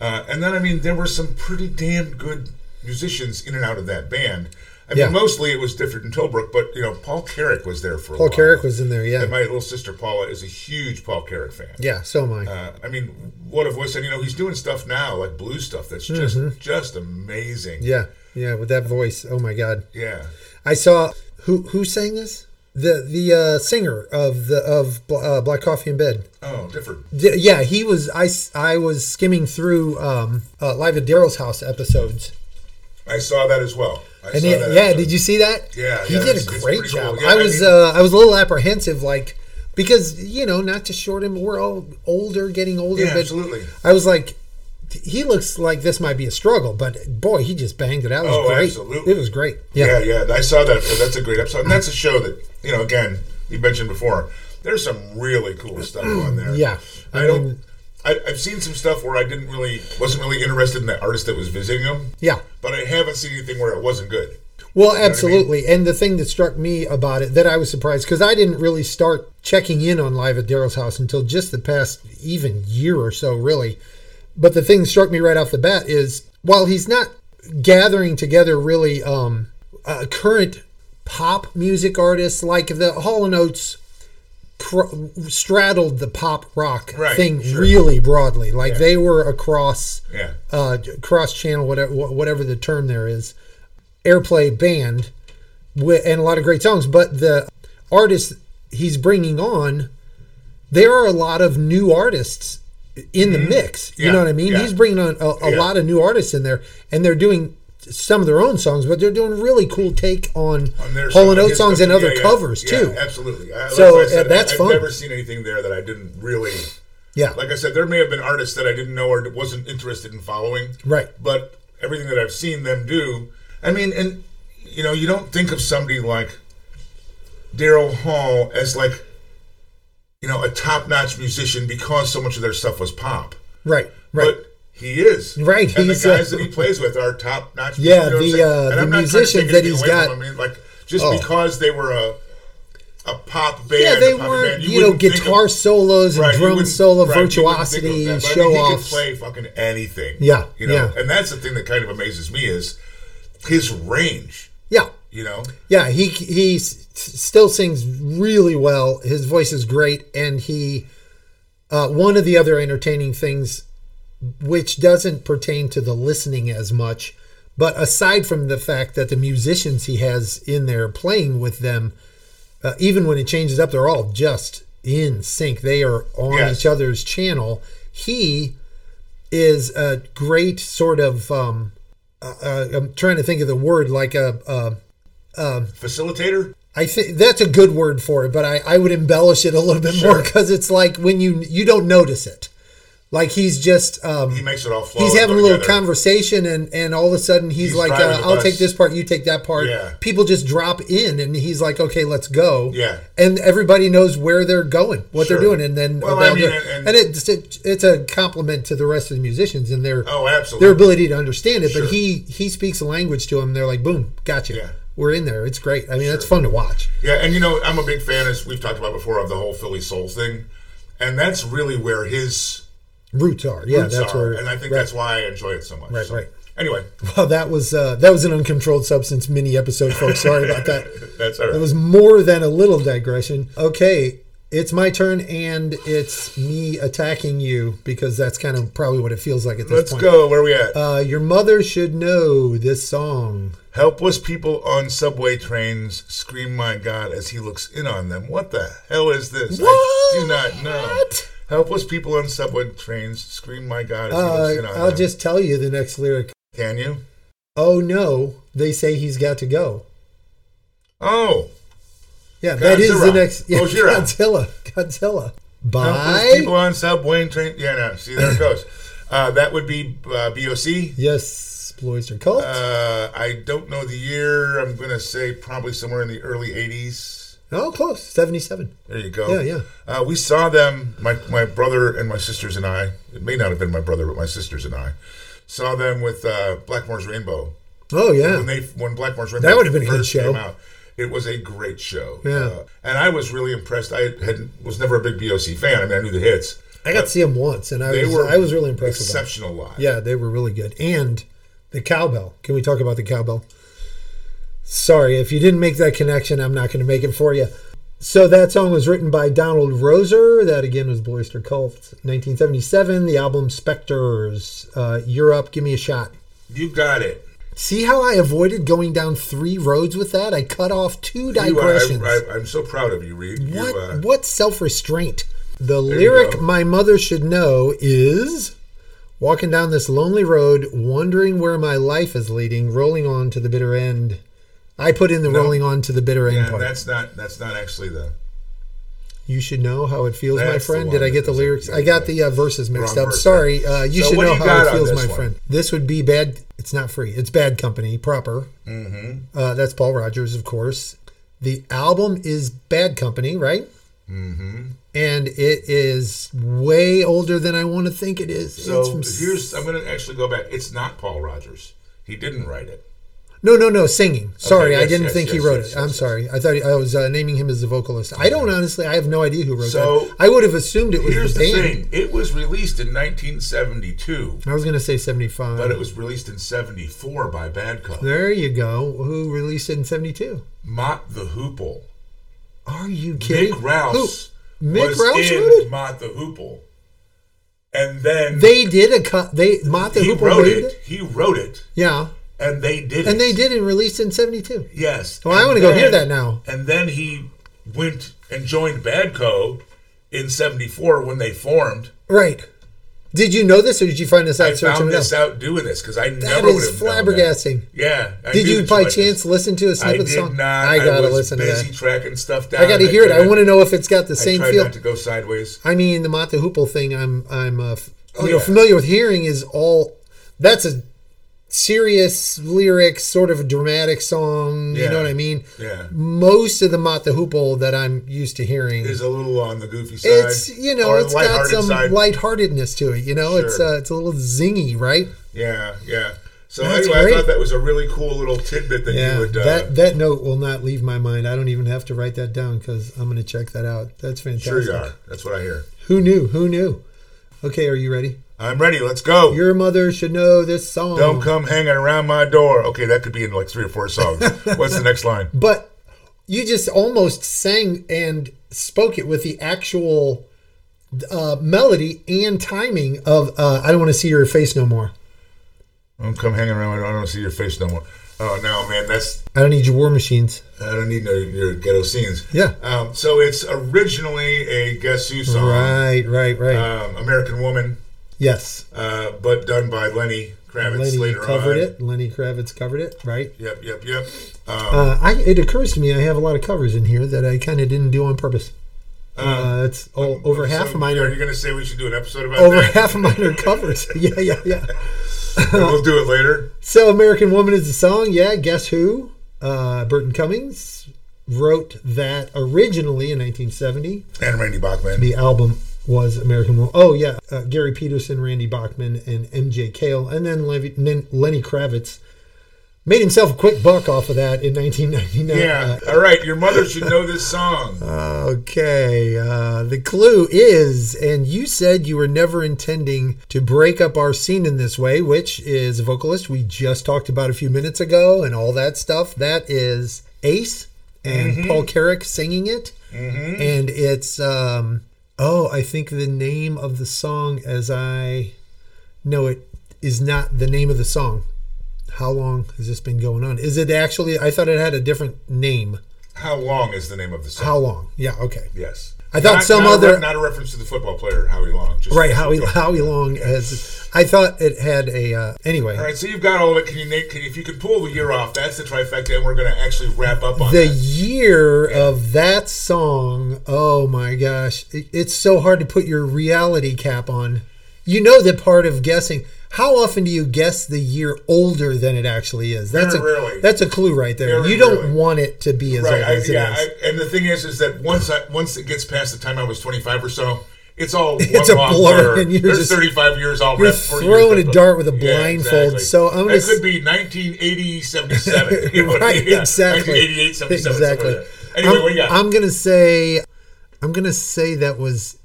S2: uh, and then I mean there were some pretty damn good musicians in and out of that band. I mean,
S1: Yeah.
S2: mostly it was Difford and Tilbrook, but you know, Paul Carrick was there for a
S1: Paul
S2: while.
S1: Carrick was in there, yeah.
S2: And my little sister Paula is a huge Paul Carrick fan.
S1: Yeah, so am I.
S2: Uh, I mean, what a voice! And you know, he's doing stuff now, like blues stuff, that's just just amazing.
S1: Mm-hmm. yeah, yeah, with that voice. Oh my God,
S2: yeah.
S1: I saw who who sang this? The the uh, singer of the of Bl- uh, Black Coffee in Bed.
S2: Oh, different.
S1: D- yeah, he was. I s- I was skimming through um, uh, Live at Daryl's House episodes.
S2: I saw that as well. I
S1: And
S2: saw
S1: it-
S2: that
S1: yeah,
S2: episode.
S1: did you see that?
S2: Yeah,
S1: he
S2: yeah,
S1: did
S2: it's-
S1: a
S2: it's
S1: great
S2: pretty
S1: job.
S2: cool. Yeah,
S1: I
S2: I
S1: was
S2: mean-
S1: uh, I was a little apprehensive, like because you know not to short him we're all older getting older
S2: Yeah,
S1: but
S2: absolutely.
S1: i was like he looks like this might be a struggle but boy he just banged it out it was
S2: Oh,
S1: great
S2: absolutely.
S1: it was great
S2: Yeah, yeah. I saw that. Oh, That's a great episode. And that's a show that, you know, again, you mentioned before, there's some really
S1: [CLEARS THROAT]
S2: cool stuff on there.
S1: Yeah.
S2: I,
S1: I
S2: don't.
S1: mean-
S2: I, I've seen some stuff where I didn't really, wasn't really interested in the artist that was visiting them.
S1: Yeah.
S2: But I haven't seen anything where it wasn't good.
S1: Well, absolutely. And the thing that struck me about it that I was surprised because I didn't really start checking in on Live at Daryl's house until just the past even year or so, really. But the thing that struck me right off the bat is while he's not gathering together really um, uh, current pop music artists like the Hall and Oates cr- straddled the pop rock
S2: Right,
S1: thing
S2: sure.
S1: really broadly. Like they were across
S2: Yeah.
S1: uh, cross channel, whatever, whatever the term there is, airplay band, with, and a lot of great songs. But the artists he's bringing on, there are a lot of new artists in the mix. You
S2: Mm-hmm. Yeah,
S1: know what I mean?
S2: yeah.
S1: He's bringing on a, a
S2: Yeah.
S1: lot of new artists in there, and they're doing some of their own songs, but they're doing really cool take on,
S2: On their
S1: Hall and
S2: stuff,
S1: Oates
S2: his
S1: songs
S2: stuff,
S1: and other
S2: yeah, yeah,
S1: covers
S2: yeah,
S1: too.
S2: Absolutely. I,
S1: So,
S2: like I said,
S1: uh, that's
S2: I,
S1: fun.
S2: I've never seen anything there that I didn't really.
S1: Yeah.
S2: Like I said, there may have been artists that I didn't know or wasn't interested in following.
S1: Right.
S2: But everything that I've seen them do, I mean, and you know, you don't think of somebody like Daryl Hall as like, you know, a top-notch musician because so much of their stuff was pop.
S1: right. Right.
S2: But he is.
S1: Right,
S2: And
S1: he's,
S2: the
S1: uh,
S2: guys that he plays with are top notch.
S1: Yeah, the, uh, the musicians that he's got-
S2: I mean, like just
S1: Oh.
S2: because they were a a pop band.
S1: yeah, they
S2: a pop
S1: were,
S2: band,
S1: you, know,
S2: wouldn't think of-
S1: guitar solos and
S2: right, you
S1: drum
S2: wouldn't-
S1: solo
S2: right, you wouldn't think of
S1: virtuosity,
S2: that, but I mean,
S1: show
S2: He could
S1: offs.
S2: play fucking anything.
S1: Yeah,
S2: you know,
S1: yeah.
S2: and that's the thing that kind of amazes me is his range.
S1: Yeah.
S2: You know,
S1: Yeah, he he s- still sings really well. His voice is great, and he uh, one of the other entertaining things, which doesn't pertain to the listening as much, but aside from the fact that the musicians he has in there playing with them, uh, even when it changes up, they're all just in sync. They are on
S2: Yes.
S1: each other's channel. He is a great sort of. Um, uh, uh, I'm trying to think of the word like a. Uh,
S2: facilitator.
S1: I think that's a good word for it, but I, I would embellish it a little bit more 'cause more because it's like when you you don't notice it, like he's just um,
S2: He makes it all flow.
S1: he's
S2: and
S1: having a
S2: go
S1: little
S2: together.
S1: conversation and and all of a sudden he's,
S2: He's
S1: like
S2: driving
S1: uh,
S2: the
S1: I'll
S2: bus.
S1: take this part, you take that part.
S2: Yeah.
S1: People just drop in and he's like okay, let's go.
S2: Yeah.
S1: and everybody knows where they're going, what
S2: Sure.
S1: they're doing, and then
S2: Well,
S1: they'll
S2: I mean,
S1: do it.
S2: and-
S1: and, it's it's a compliment to the rest of the musicians and their
S2: Oh, absolutely.
S1: their ability to understand it.
S2: Sure.
S1: But he he speaks a language to them. They're like boom, gotcha.
S2: Yeah.
S1: We're in there. It's great. I mean, that's fun to watch.
S2: Yeah, and you know, I'm a big fan, as we've talked about before, of the whole Philly Soul thing, and that's really where his
S1: roots are. Yeah,
S2: roots
S1: that's
S2: are,
S1: where.
S2: and I think
S1: right.
S2: that's why I enjoy it so much.
S1: Right,
S2: So,
S1: right.
S2: Anyway,
S1: [LAUGHS]
S2: [LAUGHS]
S1: Well, that was uh, that was an uncontrolled substance mini episode, folks. Sorry about that.
S2: that's all right.
S1: It was more than a little digression. Okay, it's my turn, and it's me attacking you because that's kind of probably what it feels like at this
S2: Let's
S1: point.
S2: go. Where are we at?
S1: Uh, your mother should know this song.
S2: Helpless people on subway trains scream, "My God!" as he looks in on them. What the hell is this? I do not know.
S1: What?
S2: Helpless people on subway trains scream, "My God!" as he
S1: Uh,
S2: looks in on
S1: I'll
S2: them.
S1: just tell you the next lyric.
S2: Can you?
S1: Oh no, they say he's got to go.
S2: Oh,
S1: Yeah, that is the
S2: Godzilla.
S1: next. [LAUGHS] Yeah,
S2: Gojira.
S1: Godzilla. Godzilla.
S2: helpless people
S1: Bye.
S2: on subway train. Yeah, no. See, there
S1: [LAUGHS]
S2: it goes. Uh, that would be uh, BOC.
S1: Yes, Bloister Cult.
S2: Uh, I don't know the year. I'm going to say probably somewhere in the early 80s.
S1: Oh, close. 77.
S2: There you go.
S1: Yeah, yeah.
S2: Uh, we saw them, my, my brother and my sisters and I. It may not have been my brother, but my sisters and I saw them with uh, Blackmore's Rainbow.
S1: Oh, yeah.
S2: When they when Blackmore's Rainbow
S1: That would have been a good
S2: first
S1: show.
S2: came out, it was a great show.
S1: Yeah.
S2: Uh, and I was really impressed. I had was never a big BOC fan. I mean, I knew the hits.
S1: I got to see them once, and I
S2: They
S1: was,
S2: were
S1: I was really impressed with them.
S2: Exceptional live.
S1: Yeah, they were really good. And the cowbell. Can we talk about the cowbell? Sorry, if you didn't make that connection, I'm not going to make it for you. So that song was written by Donald Roser. That again was Bloister Cult, 1977. The album Spectres, uh, Europe, Give Me a Shot.
S2: You got it.
S1: See how I avoided going down three roads with that? I cut off two
S2: You are,
S1: digressions.
S2: I, I, I'm so proud of you, Reed.
S1: What
S2: You, uh,
S1: what self restraint? The
S2: you
S1: lyric
S2: go.
S1: my mother should know is walking down this lonely road, wondering where my life is leading, rolling on to the bitter end. I put in the rolling on to the bitter end
S2: Yeah,
S1: part.
S2: that's not that's not actually the
S1: You should know how it feels, my
S2: That's the
S1: friend.
S2: one
S1: Did I
S2: that
S1: get the
S2: was-
S1: lyrics? I got the uh, verses mixed
S2: Wrong
S1: up.
S2: verse,
S1: Sorry. Uh, you
S2: So
S1: should
S2: what
S1: know
S2: do you
S1: how
S2: got
S1: it
S2: on
S1: feels,
S2: this
S1: my
S2: one?
S1: friend. This would be bad. It's not free. It's bad company proper. Mm-hmm. Uh, that's Paul Rogers, of course. The album is Bad Company, right? Mm-hmm. And it is way older than I want to think it is. It's
S2: So
S1: from
S2: here's I'm going to actually go back. It's not Paul Rogers. He didn't write it.
S1: No, no, no, singing. Sorry, I
S2: yes,
S1: didn't
S2: yes,
S1: think he
S2: yes,
S1: wrote
S2: yes,
S1: it.
S2: yes,
S1: I'm
S2: yes.
S1: sorry. I thought he, I was uh, naming him as the vocalist. I don't honestly. I have no idea who wrote
S2: So-
S1: that. I would have assumed it was
S2: Here's
S1: the
S2: the
S1: band.
S2: thing. It was released in 1972,
S1: I was going to say 75.
S2: but uh, it was released in 74 by Bad Cub.
S1: there you go. Who released it in 72?
S2: Mott the Hoople.
S1: Are you kidding?
S2: Mick Rouse
S1: Who? Mick
S2: was
S1: Rouse
S2: in
S1: wrote it?
S2: Mott the Hoople. And then
S1: They did a cut. They Mott the
S2: he
S1: Hoople
S2: wrote
S1: made
S2: it. He wrote it.
S1: Yeah,
S2: And they did it.
S1: and they did and released it in 72.
S2: Yes.
S1: Well, I
S2: And
S1: wanna go hear
S2: then-
S1: that now.
S2: And then he went and joined Bad Co. in 74 when they formed.
S1: Right. Did you know this or did you find this out
S2: I
S1: searching
S2: found
S1: it up?
S2: this out doing this because I
S1: That
S2: never would
S1: is
S2: have known that.
S1: flabbergasting.
S2: Yeah. I
S1: Did
S2: knew
S1: you
S2: that
S1: by
S2: liked it.
S1: chance listen to a
S2: I
S1: snippet of
S2: did
S1: the song?
S2: not.
S1: I gotta
S2: was
S1: listen to
S2: busy
S1: that.
S2: tracking stuff down.
S1: I gotta hear it. I
S2: couldn't-
S1: want to know if it's got the
S2: I
S1: same
S2: tried
S1: feel.
S2: not to go sideways.
S1: I mean, the Mata Hoople thing, I'm, I'm, uh, f-
S2: Oh,
S1: you know,
S2: yeah.
S1: familiar with hearing is all. That's a serious lyrics, sort of a dramatic song. You
S2: Yeah.
S1: know what I mean?
S2: Yeah.
S1: Most of the Mata Hoople that I'm used to hearing,
S2: Is a little on the goofy side.
S1: it's you know,
S2: or
S1: it's got
S2: lighthearted
S1: some
S2: side.
S1: lightheartedness to it. You know, it's
S2: Sure.
S1: uh, it's a little zingy, right?
S2: Yeah, yeah. So
S1: That's
S2: anyway,
S1: great.
S2: I thought that was a really cool little tidbit that
S1: Yeah,
S2: you would. Uh,
S1: that that note will not leave my mind. I don't even have to write that down because I'm going to check that out. That's fantastic.
S2: sure you are. That's what I hear.
S1: Who knew? Who knew? Okay, are you ready?
S2: I'm ready. Let's go.
S1: Your mother should know this song.
S2: Don't come hanging around my door. Okay, that could be in like three or four songs.
S1: [LAUGHS]
S2: What's the next line?
S1: But you just almost sang and spoke it with the actual uh, melody and timing of uh, "I Don't Want to See Your Face No More."
S2: Don't come hanging around my door. I don't see your face no more. Oh no, man, that's
S1: I don't need your war machines.
S2: I don't need no your ghetto scenes.
S1: Yeah.
S2: Um, so it's originally a Guess Who song,
S1: Right, right, right.
S2: um, American Woman,
S1: yes,
S2: uh, but done by Lenny Kravitz
S1: Lenny
S2: later
S1: covered
S2: on.
S1: it. Lenny Kravitz covered it. Right.
S2: Yep, yep, yep. Um,
S1: Uh, I, it occurs to me I have a lot of covers in here that I kind of didn't do on purpose. Uh, it's all, over half
S2: so
S1: of mine
S2: Are
S1: are
S2: you going to say we should do an episode about
S1: over [LAUGHS]
S2: that?
S1: half of mine are covers. [LAUGHS] yeah, yeah, yeah.
S2: we'll do it later.
S1: So American Woman is the song. Yeah, guess who? Uh, Burton Cummings wrote that originally in 1970.
S2: And Randy Bachman.
S1: The album was American Woman. Oh yeah, uh, Gary Peterson, Randy Bachman, and MJ Cale, and then Levi- Nen- Lenny Kravitz made himself a quick buck off of that in 1999.
S2: Yeah.
S1: Uh,
S2: All right. Your mother should know this song.
S1: Okay, uh, the clue is, and you said you were never intending to break up our scene in this way, which is a vocalist we just talked about a few minutes ago and all that stuff. That is Ace and Paul Carrick singing it. And it's, um, oh, I think the name of the song as I know it is not the name of the song. How long has this been going on? Is it actually, I thought it had a different name.
S2: How long is the name of the song?
S1: How long? Yeah, okay.
S2: yes.
S1: I thought
S2: Not-
S1: some
S2: not a
S1: other-
S2: re- not a reference to the football player Howie Long. Just
S1: Right, Howie Howie Long has. I thought it had a. Uh, anyway,
S2: All right. So you've got all of it. Can you Nate? Can, if you could pull the year off, that's the trifecta, and we're going to actually wrap up on
S1: the
S2: that.
S1: year of that song. Oh my gosh, it, it's so hard to put your reality cap on. You know that part of guessing. How often do you guess the year older than it actually is? That's
S2: Very
S1: a
S2: rarely.
S1: that's a clue right there.
S2: Very
S1: you don't
S2: rarely.
S1: want it to be as
S2: Right.
S1: old
S2: I,
S1: as it is.
S2: yeah. I, [LAUGHS] and the thing is, is that once I, once it gets past the time I was 25 or so, it's all
S1: [LAUGHS] It's
S2: one
S1: a
S2: long
S1: blur,
S2: blur.
S1: and you're
S2: There's
S1: just-
S2: 35 years all
S1: you're
S2: wrapped. four years
S1: throwing
S2: up.
S1: a dart with a
S2: Yeah,
S1: blindfold.
S2: exactly.
S1: So I'm gonna
S2: It
S1: s-
S2: could be 1980,
S1: [LAUGHS]
S2: 77. You know what I
S1: right,
S2: mean? Yeah,
S1: exactly.
S2: 1988, 77. something
S1: Exactly.
S2: like that. Anyway,
S1: I'm,
S2: what do you got?
S1: I'm gonna say, I'm gonna say that was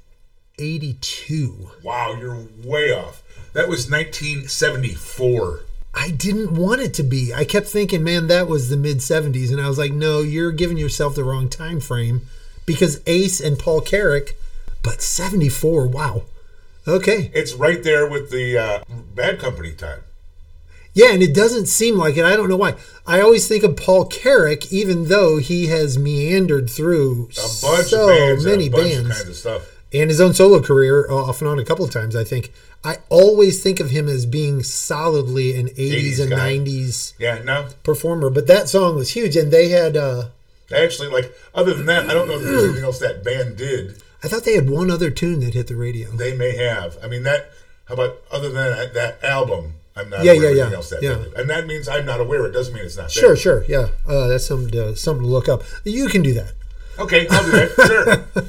S1: eighty-two.
S2: wow, you're way off. That was 1974.
S1: I didn't want it to be. I kept thinking, man, that was the mid '70s, and I was like, no, you're giving yourself the wrong time frame, because Ace and Paul Carrick, but '74. Wow. Okay.
S2: It's right there with the uh, Bad Company time.
S1: Yeah, and it doesn't seem like it. I don't know why. I always think of Paul Carrick, even though he has meandered through
S2: A bunch
S1: so
S2: of bands, and
S1: many
S2: a bunch
S1: bands.
S2: of kinds of stuff.
S1: and his own solo career uh, off and on a couple of times i think i always think of him as being solidly an 80s,
S2: 80s
S1: and
S2: guy.
S1: 90s
S2: Yeah, no,
S1: performer but that song was huge and they had uh
S2: Actually, like other than that, I don't know if there's anything else that band did.
S1: I thought they had one other tune that hit the radio.
S2: They may have. I mean, that. How about other than that, that album? I'm not
S1: Yeah, yeah,
S2: aware of
S1: yeah,
S2: anything else that
S1: yeah.
S2: did it. and that means I'm not aware. It doesn't mean it's not
S1: Sure,
S2: there.
S1: sure, yeah. Uh, that's something to, something to look up. You can do that.
S2: Okay, I'll do that.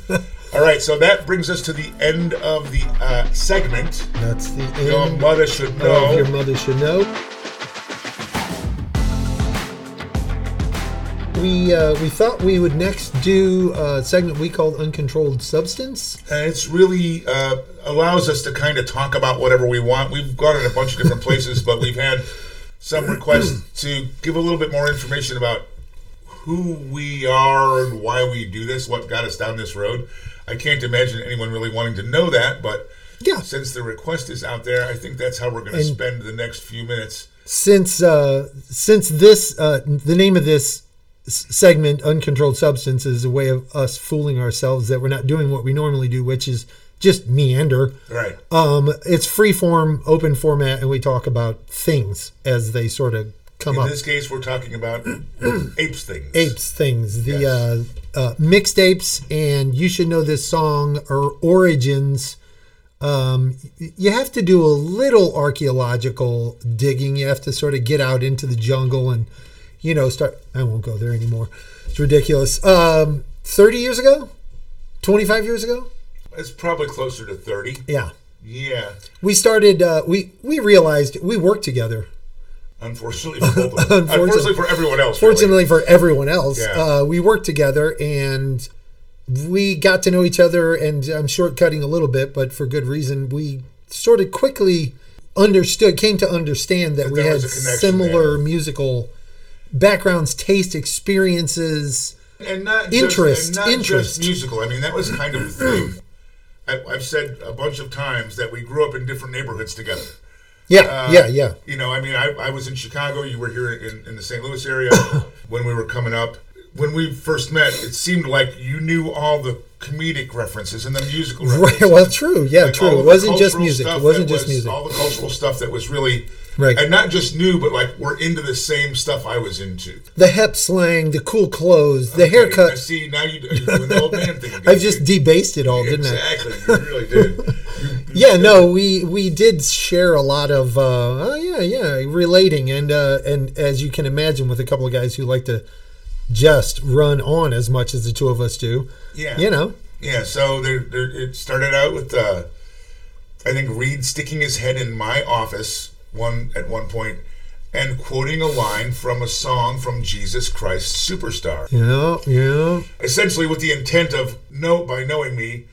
S2: Sure. [LAUGHS] All right, so that brings us to the end of the uh, segment.
S1: That's the end
S2: Your mother should
S1: of Oh, your
S2: know.
S1: mother should know. We uh, we thought we would next do a segment we called uncontrolled substance.
S2: And it's really uh, allows us to kind of talk about whatever we want. We've gone in a bunch of different places, but we've had some requests to give a little bit more information about who we are and why we do this, what got us down this road. I can't imagine anyone really wanting to know that, but
S1: Yeah.
S2: since the request is out there, I think that's how we're going to spend the next few minutes.
S1: Since uh, since this uh, the name of this s- segment uncontrolled substance is a way of us fooling ourselves that we're not doing what we normally do, which is just meander.
S2: All right.
S1: Um, it's free form, open format, and we talk about things as they sort of come
S2: In
S1: up.
S2: this case, we're talking about apes things.
S1: apes things the uh, uh, mixed apes and you should know this song or origins um, y- you have to do a little archaeological digging you have to sort of get out into the jungle and you know start i won't go there anymore it's ridiculous um, 30 years ago 25 years ago
S2: It's probably closer to 30.
S1: yeah
S2: Yeah.
S1: we started uh, we we realized we worked together
S2: Unfortunately for
S1: [LAUGHS]
S2: both of us. Unfortunately, for everyone else. really.
S1: fortunately for everyone else,
S2: Yeah.
S1: uh, we worked together and we got to know each other. And I'm shortcutting a little bit, but for good reason, we sort of quickly understood, came to understand that, we
S2: there
S1: had
S2: was a connection
S1: similar musical backgrounds, taste, experiences.
S2: and not
S1: Interest,
S2: just, and not
S1: interest.
S2: just musical. I mean, that was kind of the thing. I, I've said a bunch of times that we grew up in different neighborhoods together.
S1: Yeah,
S2: Uh,
S1: yeah, yeah. [LAUGHS]
S2: You know, I mean, I, I was in Chicago. You were here in, in the St.
S1: [COUGHS]
S2: Louis area when we were coming up. When we first met, it seemed like you knew all the comedic references and the musical references.
S1: Right. Well, true. Yeah,
S2: Like,
S1: [LAUGHS]
S2: all
S1: true.
S2: of
S1: It
S2: the
S1: wasn't just
S2: cultural
S1: music.
S2: stuff
S1: It wasn't
S2: that
S1: just
S2: was-
S1: music.
S2: All the cultural stuff that was really
S1: Right.
S2: and not just new, but like we're into the same stuff I was into.
S1: the hep slang, the cool clothes, the
S2: I
S1: haircut.
S2: see now you, you're doing the old man
S1: [LAUGHS]
S2: thing. Again.
S1: I've just debased it all, didn't I?
S2: exactly. You really did. You, you
S1: yeah no we we did share a lot of uh oh yeah yeah relating and uh and as you can imagine with a couple of guys who like to just run on as much as the two of us do
S2: Yeah.
S1: you know
S2: Yeah, so there, there, it started out with, uh, I think Reed sticking his head in my office one at one point and quoting a line from a song from Jesus Christ Superstar,
S1: yeah yeah
S2: essentially with the intent of no, by knowing me,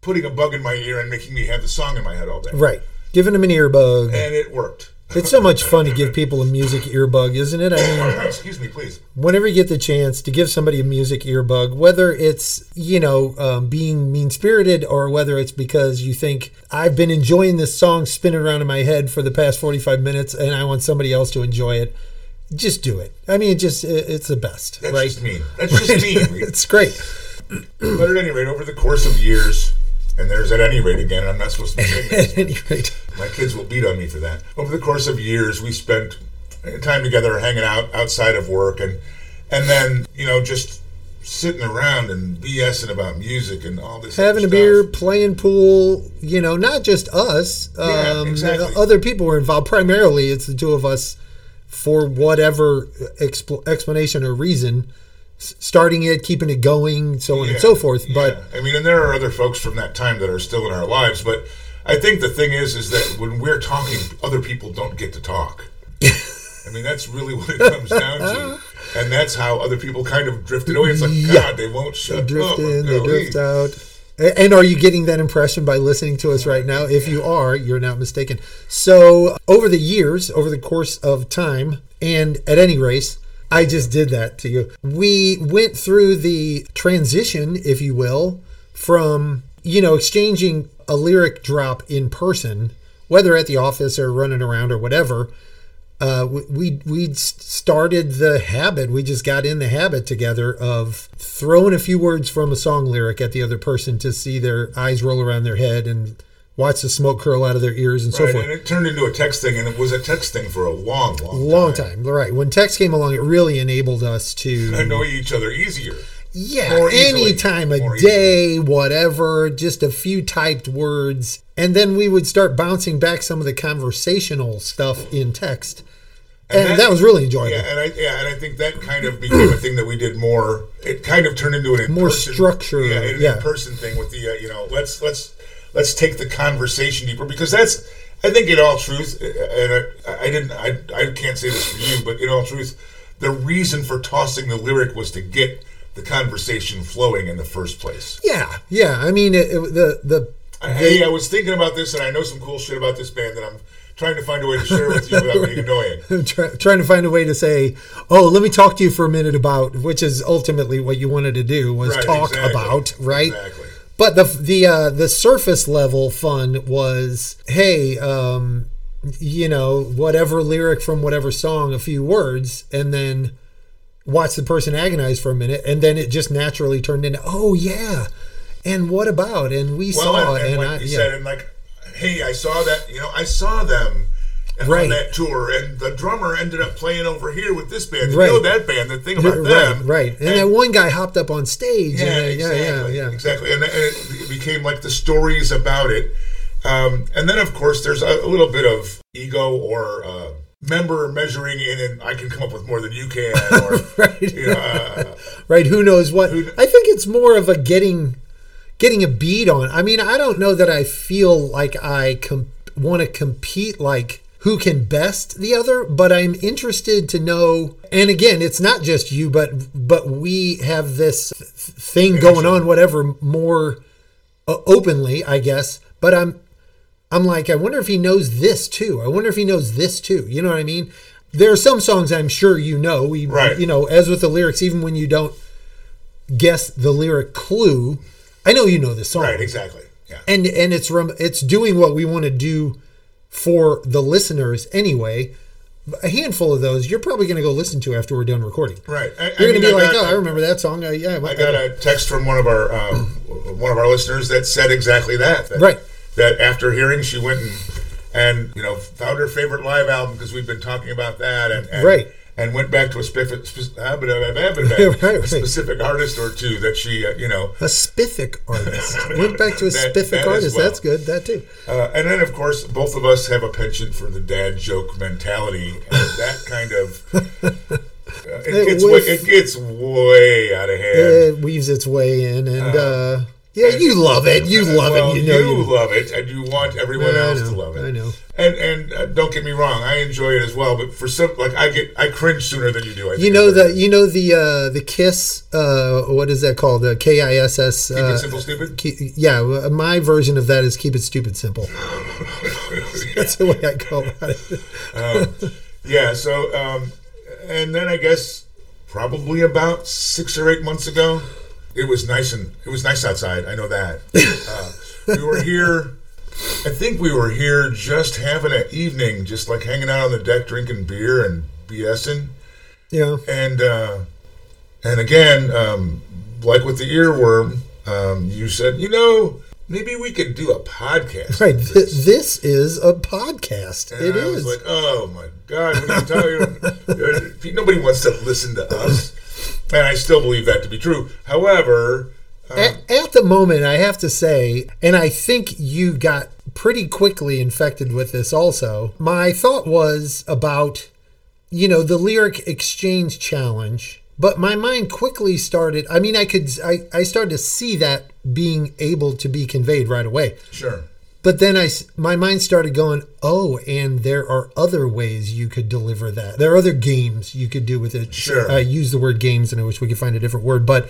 S2: putting a bug in my ear and making me have the song in my head all day,
S1: right giving them an earbug
S2: and it worked. [COUGHS]
S1: it's so much fun to give people a music earbug isn't it i mean
S2: Excuse me, please.
S1: whenever you get the chance to give somebody a music earbug, whether it's you know um, being mean spirited or whether it's because you think I've been enjoying this song spinning around in my head for the past forty five minutes and I want somebody else to enjoy it, just do it. I mean, it just it, it's the best,
S2: That's
S1: right?
S2: just mean. That's just mean. Reed.
S1: It's great. [LAUGHS]
S2: But at any rate, over the course of years, and there's at any rate again, I'm not supposed to be saying
S1: [LAUGHS]
S2: this.
S1: At any rate,
S2: My kids will beat on me for that. Over the course of years, we spent time together hanging out outside of work and and then, you know, just sitting around and BSing about music and all this other
S1: having a
S2: stuff.
S1: beer, playing pool, you know, not just us.
S2: Yeah,
S1: um,
S2: exactly.
S1: Other people were involved. Primarily, it's the two of us for whatever expl- explanation or reason, s- starting it, keeping it going, so on
S2: Yeah,
S1: and so forth.
S2: yeah.
S1: But
S2: I mean, and there are other folks from that time that are still in our lives, but I think the thing is is that when we're talking, other people don't get to
S1: [LAUGHS]
S2: talk. I mean, that's really what it comes down to. And that's how other people kind of drifted away. It's like,
S1: Yeah.
S2: God, they won't shut up.
S1: drift in, they
S2: Oh, golly.
S1: drift out. A- And are you getting that impression by listening to us right now? If you are, you're not mistaken. So, over the years, over the course of time, and at any race, I just did that to you. We went through the transition, if you will, from, you know, exchanging a lyric drop in person, whether at the office or running around or whatever, uh, we- we we started the habit. We just got in the habit together of throwing a few words from a song lyric at the other person to see their eyes roll around their head and watch the smoke curl out of their ears and so
S2: Right,
S1: forth.
S2: and it turned into a text thing, and it was a text thing for a long, long,
S1: Long time, right? When text came along, it really enabled us
S2: [LAUGHS]
S1: to
S2: Annoy each other easier.
S1: Yeah,
S2: More easily.
S1: any time of
S2: More easily.
S1: day, whatever, just a few typed words. And then we would start bouncing back some of the conversational stuff in text. And,
S2: that-
S1: that, was really enjoyable.
S2: Yeah, and I yeah, and I think that kind of became a thing that we did more. It kind of turned into an
S1: More
S2: in-person-
S1: structure,
S2: yeah, an
S1: yeah.
S2: in-person thing with the uh, you know let's let's let's take the conversation deeper because that's I think in all truth, uh, and I, I didn't I I can't say this for you, but in all truth, the reason for tossing the lyric was to get the conversation flowing in the first place.
S1: Yeah, yeah. I mean, it, it- the the
S2: Hey, I was thinking about this, and I know some cool shit about this band that I'm trying to find a way to share with you
S1: [LAUGHS]
S2: without being annoying.
S1: try, trying to find a way to say, oh, let me talk to you for a minute about, which is ultimately what you wanted to do was
S2: Right,
S1: talk
S2: exactly,
S1: about, right?
S2: exactly.
S1: But the the uh, the surface level fun was, hey, um, you know, whatever lyric from whatever song, a few words, and then watch the person agonize for a minute, and then it just naturally turned into, oh yeah, and what about? And we saw,
S2: and,
S1: and,
S2: and like
S1: I,
S2: you
S1: yeah.
S2: said, and like, hey, I saw that. You know, I saw them on
S1: Right.
S2: that tour, and the drummer ended up playing over here with this band. You
S1: Right.
S2: know that band. The thing about
S1: Right,
S2: them,
S1: right, and, that one guy hopped up on stage,
S2: yeah,
S1: and, uh,
S2: exactly,
S1: yeah, yeah, [LAUGHS] yeah.
S2: exactly. And, and it became like the stories about it. Um, and then, of course, there's a, a little bit of ego or uh, member measuring in, and I can come up with more than you can,
S1: [LAUGHS]
S2: or you know, uh,
S1: right [LAUGHS] who knows what i think it's more of a getting getting a bead on i mean i don't know that i feel like i com- want to compete like who can best the other but i'm interested to know and again it's not just you but but we have this th- thing going on whatever more uh, openly i guess but i'm i'm like i wonder if he knows this too i wonder if he knows this too you know what i mean there are some songs i'm sure you know we
S2: Right.
S1: you know as with the lyrics even when you don't guess the lyric clue i know you know this song
S2: right, exactly. Yeah.
S1: and and it's rem- it's doing what we want to do for the listeners anyway a handful of those you're probably going to go listen to after we're done recording
S2: Right. I- I
S1: you're going
S2: mean,
S1: to
S2: I
S1: be like
S2: got-
S1: oh i remember that song I, yeah
S2: I got a text from one of our um, one of our listeners that said exactly that, that.
S1: Right.
S2: That after hearing, she went and, and you know found her favorite live album because we've been talking about that, and, and
S1: Right.
S2: And went back to a specific, spe- uh, but, uh, but,
S1: [LAUGHS]
S2: uh,
S1: Right, right.
S2: a specific artist or two that she, uh, you know,
S1: a spiffic
S2: [LAUGHS]
S1: artist went back to a
S2: That-
S1: spiffic
S2: that as
S1: artist
S2: well.
S1: that's good that too
S2: uh, and then of course both of us have a penchant for the dad joke mentality, and that kind of uh, it,
S1: It
S2: gets
S1: was-
S2: way, it gets way out of hand.
S1: it weaves its way in and uh yeah you love it you love
S2: well,
S1: it you know you,
S2: love it, and you want everyone
S1: I
S2: else
S1: know,
S2: to love it.
S1: I know.
S2: And and uh, don't get me wrong, I enjoy it as well. But for some, like I get, I cringe sooner than you do. I
S1: You
S2: think
S1: know
S2: is what it
S1: the
S2: is.
S1: you know the uh, the kiss uh, what is that called the K I S S
S2: Keep it
S1: uh,
S2: simple, stupid. [LAUGHS]
S1: Ke- yeah, well, uh, my version of that is keep it stupid simple. [LAUGHS] That's the way I go about it.
S2: yeah. So, um, and then I guess probably about six or eight months ago, it was nice and it was nice outside. I
S1: [LAUGHS]
S2: know that. Uh, we were here. I think we were here just having an evening, just like hanging out on the deck, drinking beer and BSing.
S1: Yeah,
S2: and uh, and again, um, like with the earworm, um, you said, you know, maybe we could do a podcast.
S1: right. Th- this is a podcast. [LAUGHS]
S2: And
S1: it
S2: I was
S1: is.
S2: like, oh my god, what are
S1: [LAUGHS]
S2: you talking? about? Nobody wants to listen to us, and I still believe that to be true. However, uh,
S1: at, at the moment, I have to say, and I think you got pretty quickly infected with this also. My thought was about, you know, the lyric exchange challenge, but my mind quickly started. I mean, I could, I, I started to see that being able to be conveyed right away.
S2: sure,
S1: But then I, s- my mind started going, oh, and there are other ways you could deliver that. There are other games you could do with it.
S2: Sure.
S1: I use the word games, and I wish we could find a different word, but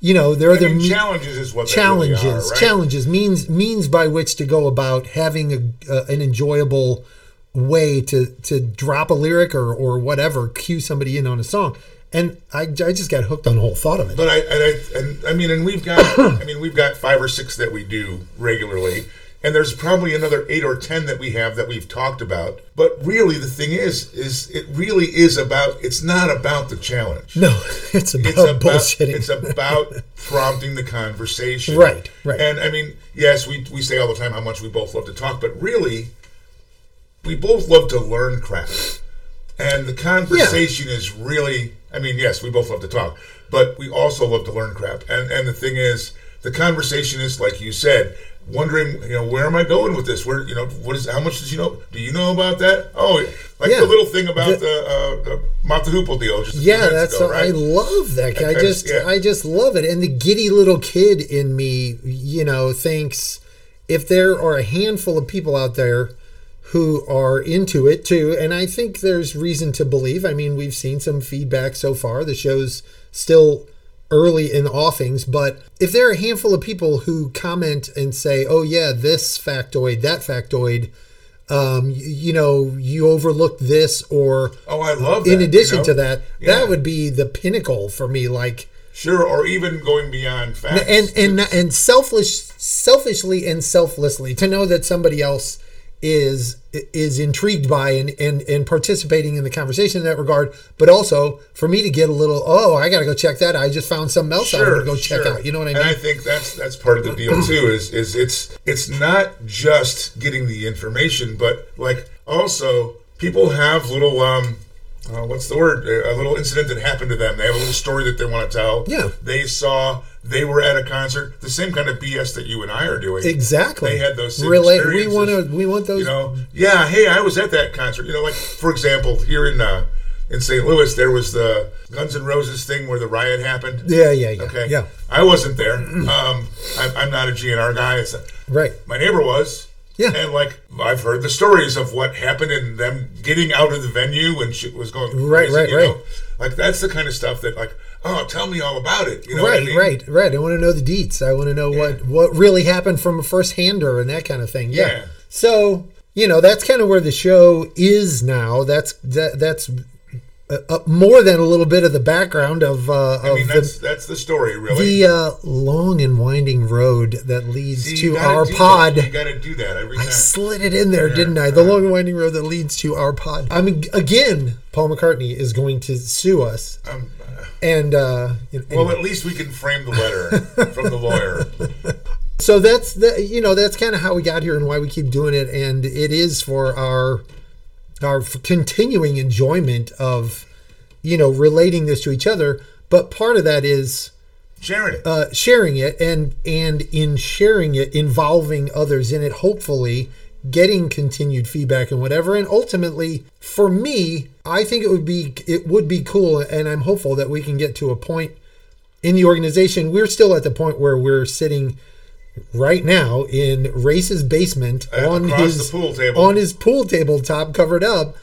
S1: you know, there are
S2: I
S1: other
S2: mean,
S1: me-
S2: challenges is what they really
S1: challenges
S2: are, right?
S1: challenges means means by which to go about having a, uh, an enjoyable way to to drop a lyric or or whatever cue somebody in on a song and i, I just got hooked on the whole thought of it
S2: But I and I, and I mean, and we've got I mean, we've got five or six that we do regularly, And there's probably another eight or ten that we have that we've talked about. But really, the thing is, is it really is about. It's not about the challenge.
S1: No, [LAUGHS] it's about
S2: It's about
S1: bullshitting.
S2: it's about prompting the conversation.
S1: Right, right.
S2: And I mean, yes, we we say all the time how much we both love to talk, but really, we both love to learn crap. And the conversation is really, I mean, yes, we both love to talk, but we also love to learn crap. And and the thing is, the conversation is like you said, wondering, you know, where am I going with this? Where, you know, what is? How much did you know? Do you know about that? Oh, like
S1: Yeah.
S2: the little thing about
S1: The-
S2: the, uh, the Mount the Hoople deal. Just a few
S1: yeah,
S2: minutes
S1: that's
S2: ago,
S1: I
S2: right?
S1: love that guy. I
S2: kinda-
S1: just
S2: yeah.
S1: I just love it. And the giddy little kid in me, you know, thinks if there are a handful of people out there who are into it too, and I think there's reason to believe. I mean, we've seen some feedback so far. The show's still early in the offings, but if there are a handful of people who comment and say, "Oh yeah, this factoid, that factoid," um, y- you know, you overlooked this or
S2: Oh, I love.
S1: in
S2: that,
S1: addition
S2: you know?
S1: to that,
S2: Yeah.
S1: that would be the pinnacle for me. Like
S2: sure, or even going beyond facts.
S1: and and and selfish, selfishly and selflessly to know that somebody else is is intrigued by and and and participating in the conversation in that regard, but also for me to get a little oh I got to go check that out. I just found something else I want to go check out. You know what I mean?
S2: And I think that's that's part of the
S1: [CLEARS THROAT]
S2: deal too. Is is it's it's not just getting the information, but like also people have little um. Uh, what's the word? A little incident that happened to them. They have a little story that they want to tell.
S1: Yeah.
S2: They saw, they were at a concert, the same kind of BS that you and I are doing.
S1: exactly.
S2: They had those same
S1: Relate- We
S2: experiences.
S1: want to. We want those.
S2: you know yeah hey i was at that concert you know like for example here in uh in st louis there was the guns N' roses thing where the riot happened
S1: yeah, yeah, yeah.
S2: okay
S1: Yeah.
S2: i wasn't there um I, i'm not a gnr guy it's a,
S1: Right.
S2: my neighbor was
S1: Yeah.
S2: and like i've heard the stories of what happened and them getting out of the venue when shit was going
S1: Right,
S2: crazy,
S1: right,
S2: you
S1: right.
S2: know? like that's the kind of stuff that like oh tell me all about it you know what I
S1: Right,
S2: mean?
S1: right, right. I want to know the deets. I want to know what what really happened from a first hander and that kind of thing. Yeah.
S2: Yeah.
S1: So you know that's kind of where the show is now. That's that, that's uh, uh, more than a little bit of the background of uh, of
S2: i mean
S1: the,
S2: that's that's the story really
S1: the uh, long and winding road that leads
S2: See,
S1: to
S2: you gotta
S1: our
S2: do that.
S1: pod.
S2: you gotta do that every
S1: I
S2: time
S1: slid it in there, didn't I? The long and winding road that leads to our pod. I mean, again, Paul McCartney is going to sue us,
S2: um, uh,
S1: and uh, you know,
S2: Well, at least we can frame the letter from
S1: [LAUGHS]
S2: the lawyer.
S1: So that's the you know that's kind of how we got here and why we keep doing it, and it is for our our continuing enjoyment of you know relating this to each other. But part of that is
S2: Sharon it.
S1: uh, sharing it, and and in sharing it, involving others in it. Hopefully, getting continued feedback and whatever, and ultimately for me, I think it would be it would be cool, and I'm hopeful that we can get to a point in the organization. We're still at the point where we're sitting right now in Race's basement
S2: Uh,
S1: on
S2: across
S1: his
S2: the pool table.
S1: on his pool tabletop covered up.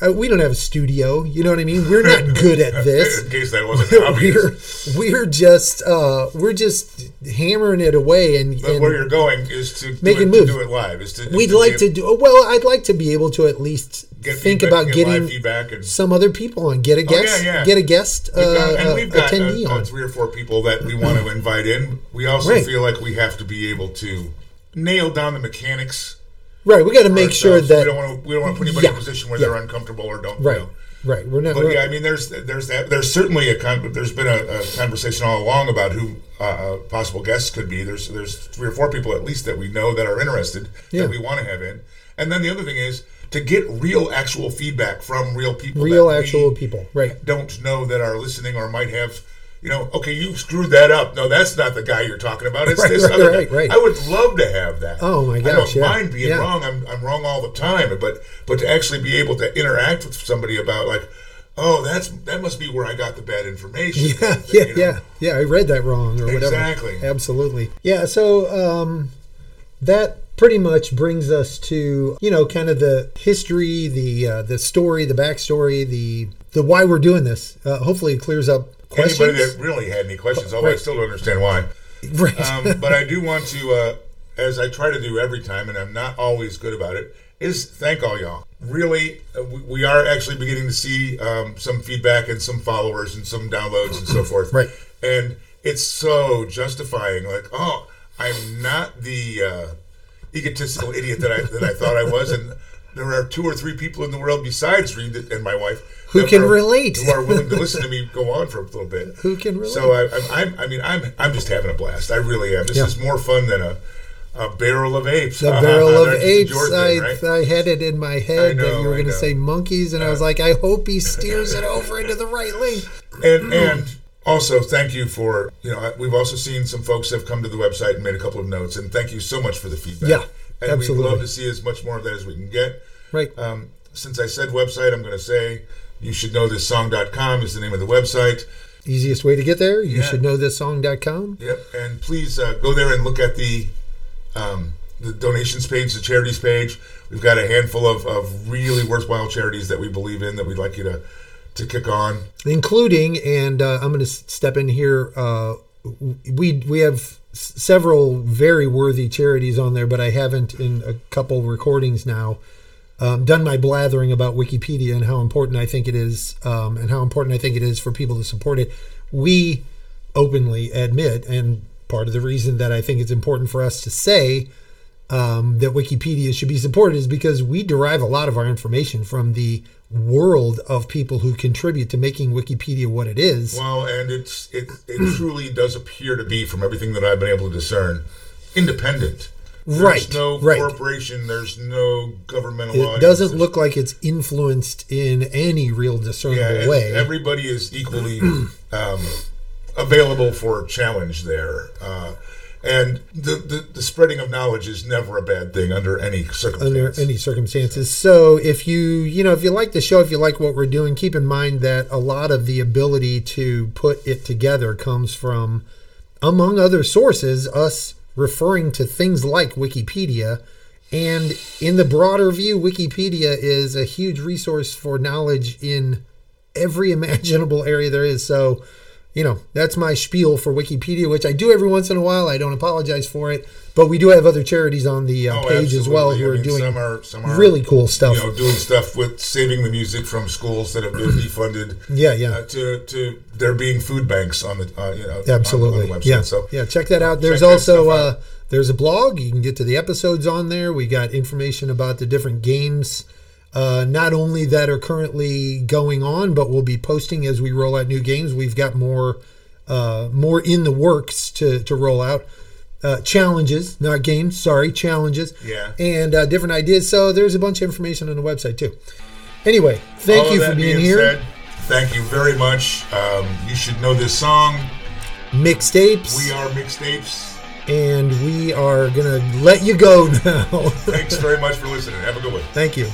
S1: Uh, we don't have a studio, you know what I mean? We're not
S2: [LAUGHS]
S1: good at this
S2: in case that wasn't obvious.
S1: [LAUGHS] we're we're just uh, we're just hammering it away and,
S2: But
S1: and
S2: where you're going is to
S1: Make
S2: do
S1: it
S2: it,
S1: move.
S2: To do it live. Is to, is
S1: we'd
S2: to
S1: like
S2: get-
S1: to do well I'd like to be able to at least
S2: Get
S1: think
S2: feedback-
S1: about
S2: get
S1: getting uh,
S2: live feedback and-
S1: some other people and get a guest
S2: yeah.
S1: get a guest uh,
S2: We've got- and
S1: uh,
S2: we've got
S1: attendee
S2: uh, uh,
S1: on
S2: three or four people that we want
S1: [CLEARS THROAT]
S2: to invite in. We also
S1: Right.
S2: feel like we have to be able to nail down the mechanics.
S1: right we got to make sure
S2: ourselves. we
S1: that
S2: don't want to we don't want to put anybody in
S1: Yeah,
S2: a position where
S1: yeah.
S2: they're uncomfortable or don't
S1: right
S2: You know.
S1: right we're not
S2: But
S1: we're-
S2: yeah, I mean, there's there's that there's certainly a con- there's been a, a conversation all along about who uh, uh, possible guests could be. There's there's three or four people at least that we know that are interested
S1: Yeah.
S2: that we want to have in. And then the other thing is to get real actual feedback from real people.
S1: real
S2: that we
S1: actual people right
S2: don't know that are listening or might have. You know, okay, you screwed that up. No, that's not the guy you're talking about. It's
S1: Right,
S2: this
S1: right,
S2: other guy.
S1: right, right.
S2: I would love to have that.
S1: Oh, my
S2: I
S1: gosh,
S2: don't
S1: yeah,
S2: mind being
S1: yeah.
S2: wrong. I'm, I'm wrong all the time, but but to actually be able to interact with somebody about like, oh, that's that must be where I got the bad information.
S1: [LAUGHS] yeah,
S2: kind of thing,
S1: yeah,
S2: you know?
S1: yeah, yeah. I read that wrong or whatever.
S2: Exactly.
S1: Absolutely. Yeah. So um, that pretty much brings us to you know kind of the history, the uh, the story, the backstory, the the why we're doing this. Uh, hopefully, it clears up questions.
S2: Anybody that really had any questions, although I
S1: Right.
S2: still don't understand why.
S1: right.
S2: [LAUGHS]
S1: [LAUGHS]
S2: um, but I do want to, uh, as I try to do every time, and I'm not always good about it, is thank all y'all. Really, uh, we, we are actually beginning to see um, some feedback and some followers and some
S1: [CLEARS THROAT]
S2: downloads and so forth.
S1: Right.
S2: And it's so justifying. Like, oh, I'm not the uh, egotistical idiot that I that I thought I was, and there are two or three people in the world besides Reed that- and my wife
S1: Who
S2: that
S1: can relate.
S2: who are willing to listen to me go on for a little bit.
S1: Who can relate.
S2: So I, I'm, I'm, I mean, I'm I'm just having a blast. I really am. This
S1: Yeah.
S2: is more fun than a. A barrel of apes. Uh,
S1: The barrel of
S2: That's the
S1: apes.
S2: George
S1: I,
S2: thing, right?
S1: I had it in my head that
S2: know,
S1: you were
S2: I
S1: going to
S2: know.
S1: say monkeys, and I was like, I hope he steers it over into the right
S2: [LAUGHS]
S1: lane.
S2: and and also thank you for you know we've also seen some folks have come to the website and made a couple of notes and thank you so much for the feedback
S1: Yeah,
S2: and
S1: absolutely.
S2: we'd love to see as much more of that as we can get
S1: Right.
S2: um, since i said website i'm going to say you should know this song.com is the name of the website
S1: Easiest way to get there, you
S2: Yeah.
S1: should know this song.com.
S2: yep and please uh, go there and look at the um, the donations page the charities page we've got a handful of, of really worthwhile charities that we believe in that we'd like you to to kick on
S1: including and uh, i'm going to step in here uh, w- we we have s- several very worthy charities on there but i haven't in a couple recordings now um, done my blathering about wikipedia and how important i think it is um, and how important i think it is for people to support it we openly admit and part of the reason that i think it's important for us to say um, that Wikipedia should be supported is because we derive a lot of our information from the world of people who contribute to making Wikipedia what it is.
S2: Well, and it's it
S1: [CLEARS THROAT]
S2: it truly does appear to be, from everything that I've been able to discern, independent. There's
S1: Right,
S2: No
S1: right.
S2: corporation. There's no governmental.
S1: it
S2: audience,
S1: doesn't
S2: there's-
S1: look like it's influenced in any real discernible
S2: Yeah, it's-
S1: way.
S2: Everybody is equally [CLEARS THROAT] um, available for challenge there. Uh, and the, the, the spreading of knowledge is never a bad thing under any circumstance.
S1: under any circumstances. So if you you know if you like the show, if you like what we're doing, keep in mind that a lot of the ability to put it together comes from, among other sources, us referring to things like Wikipedia. And in the broader view, Wikipedia is a huge resource for knowledge in every [LAUGHS] imaginable area there is. So, you know, that's my spiel for Wikipedia, which I do every once in a while. I don't apologize for it, but we do have other charities on the uh,
S2: Oh,
S1: page as well
S2: absolutely.
S1: who
S2: I
S1: are
S2: mean,
S1: doing
S2: some are, some are
S1: really cool stuff.
S2: you know doing stuff with saving the music from schools that have been
S1: [CLEARS THROAT]
S2: defunded.
S1: yeah, yeah,
S2: uh, to to there being food banks on the uh, you know on- on
S1: absolutely.
S2: the website.
S1: yeah,
S2: So
S1: yeah. Check that out. There's
S2: that
S1: also
S2: stuff
S1: uh, there's a blog. You can get to the episodes on there. We got information about the different games. Uh, not only that are currently going on, but we'll be posting as we roll out new games. We've got more, uh, more in the works to to roll out. Uh, challenges, not games. Sorry, challenges.
S2: Yeah.
S1: And uh, different ideas. So there's a bunch of information on the website too. Anyway, thank
S2: all
S1: you
S2: of
S1: for
S2: that
S1: being here.
S2: Said, thank you very much. Um, you should know this song.
S1: Mixtapes.
S2: We are mixtapes.
S1: and we are going to let you go [LAUGHS] now.
S2: Thanks very much for listening. Have a good one.
S1: Thank you.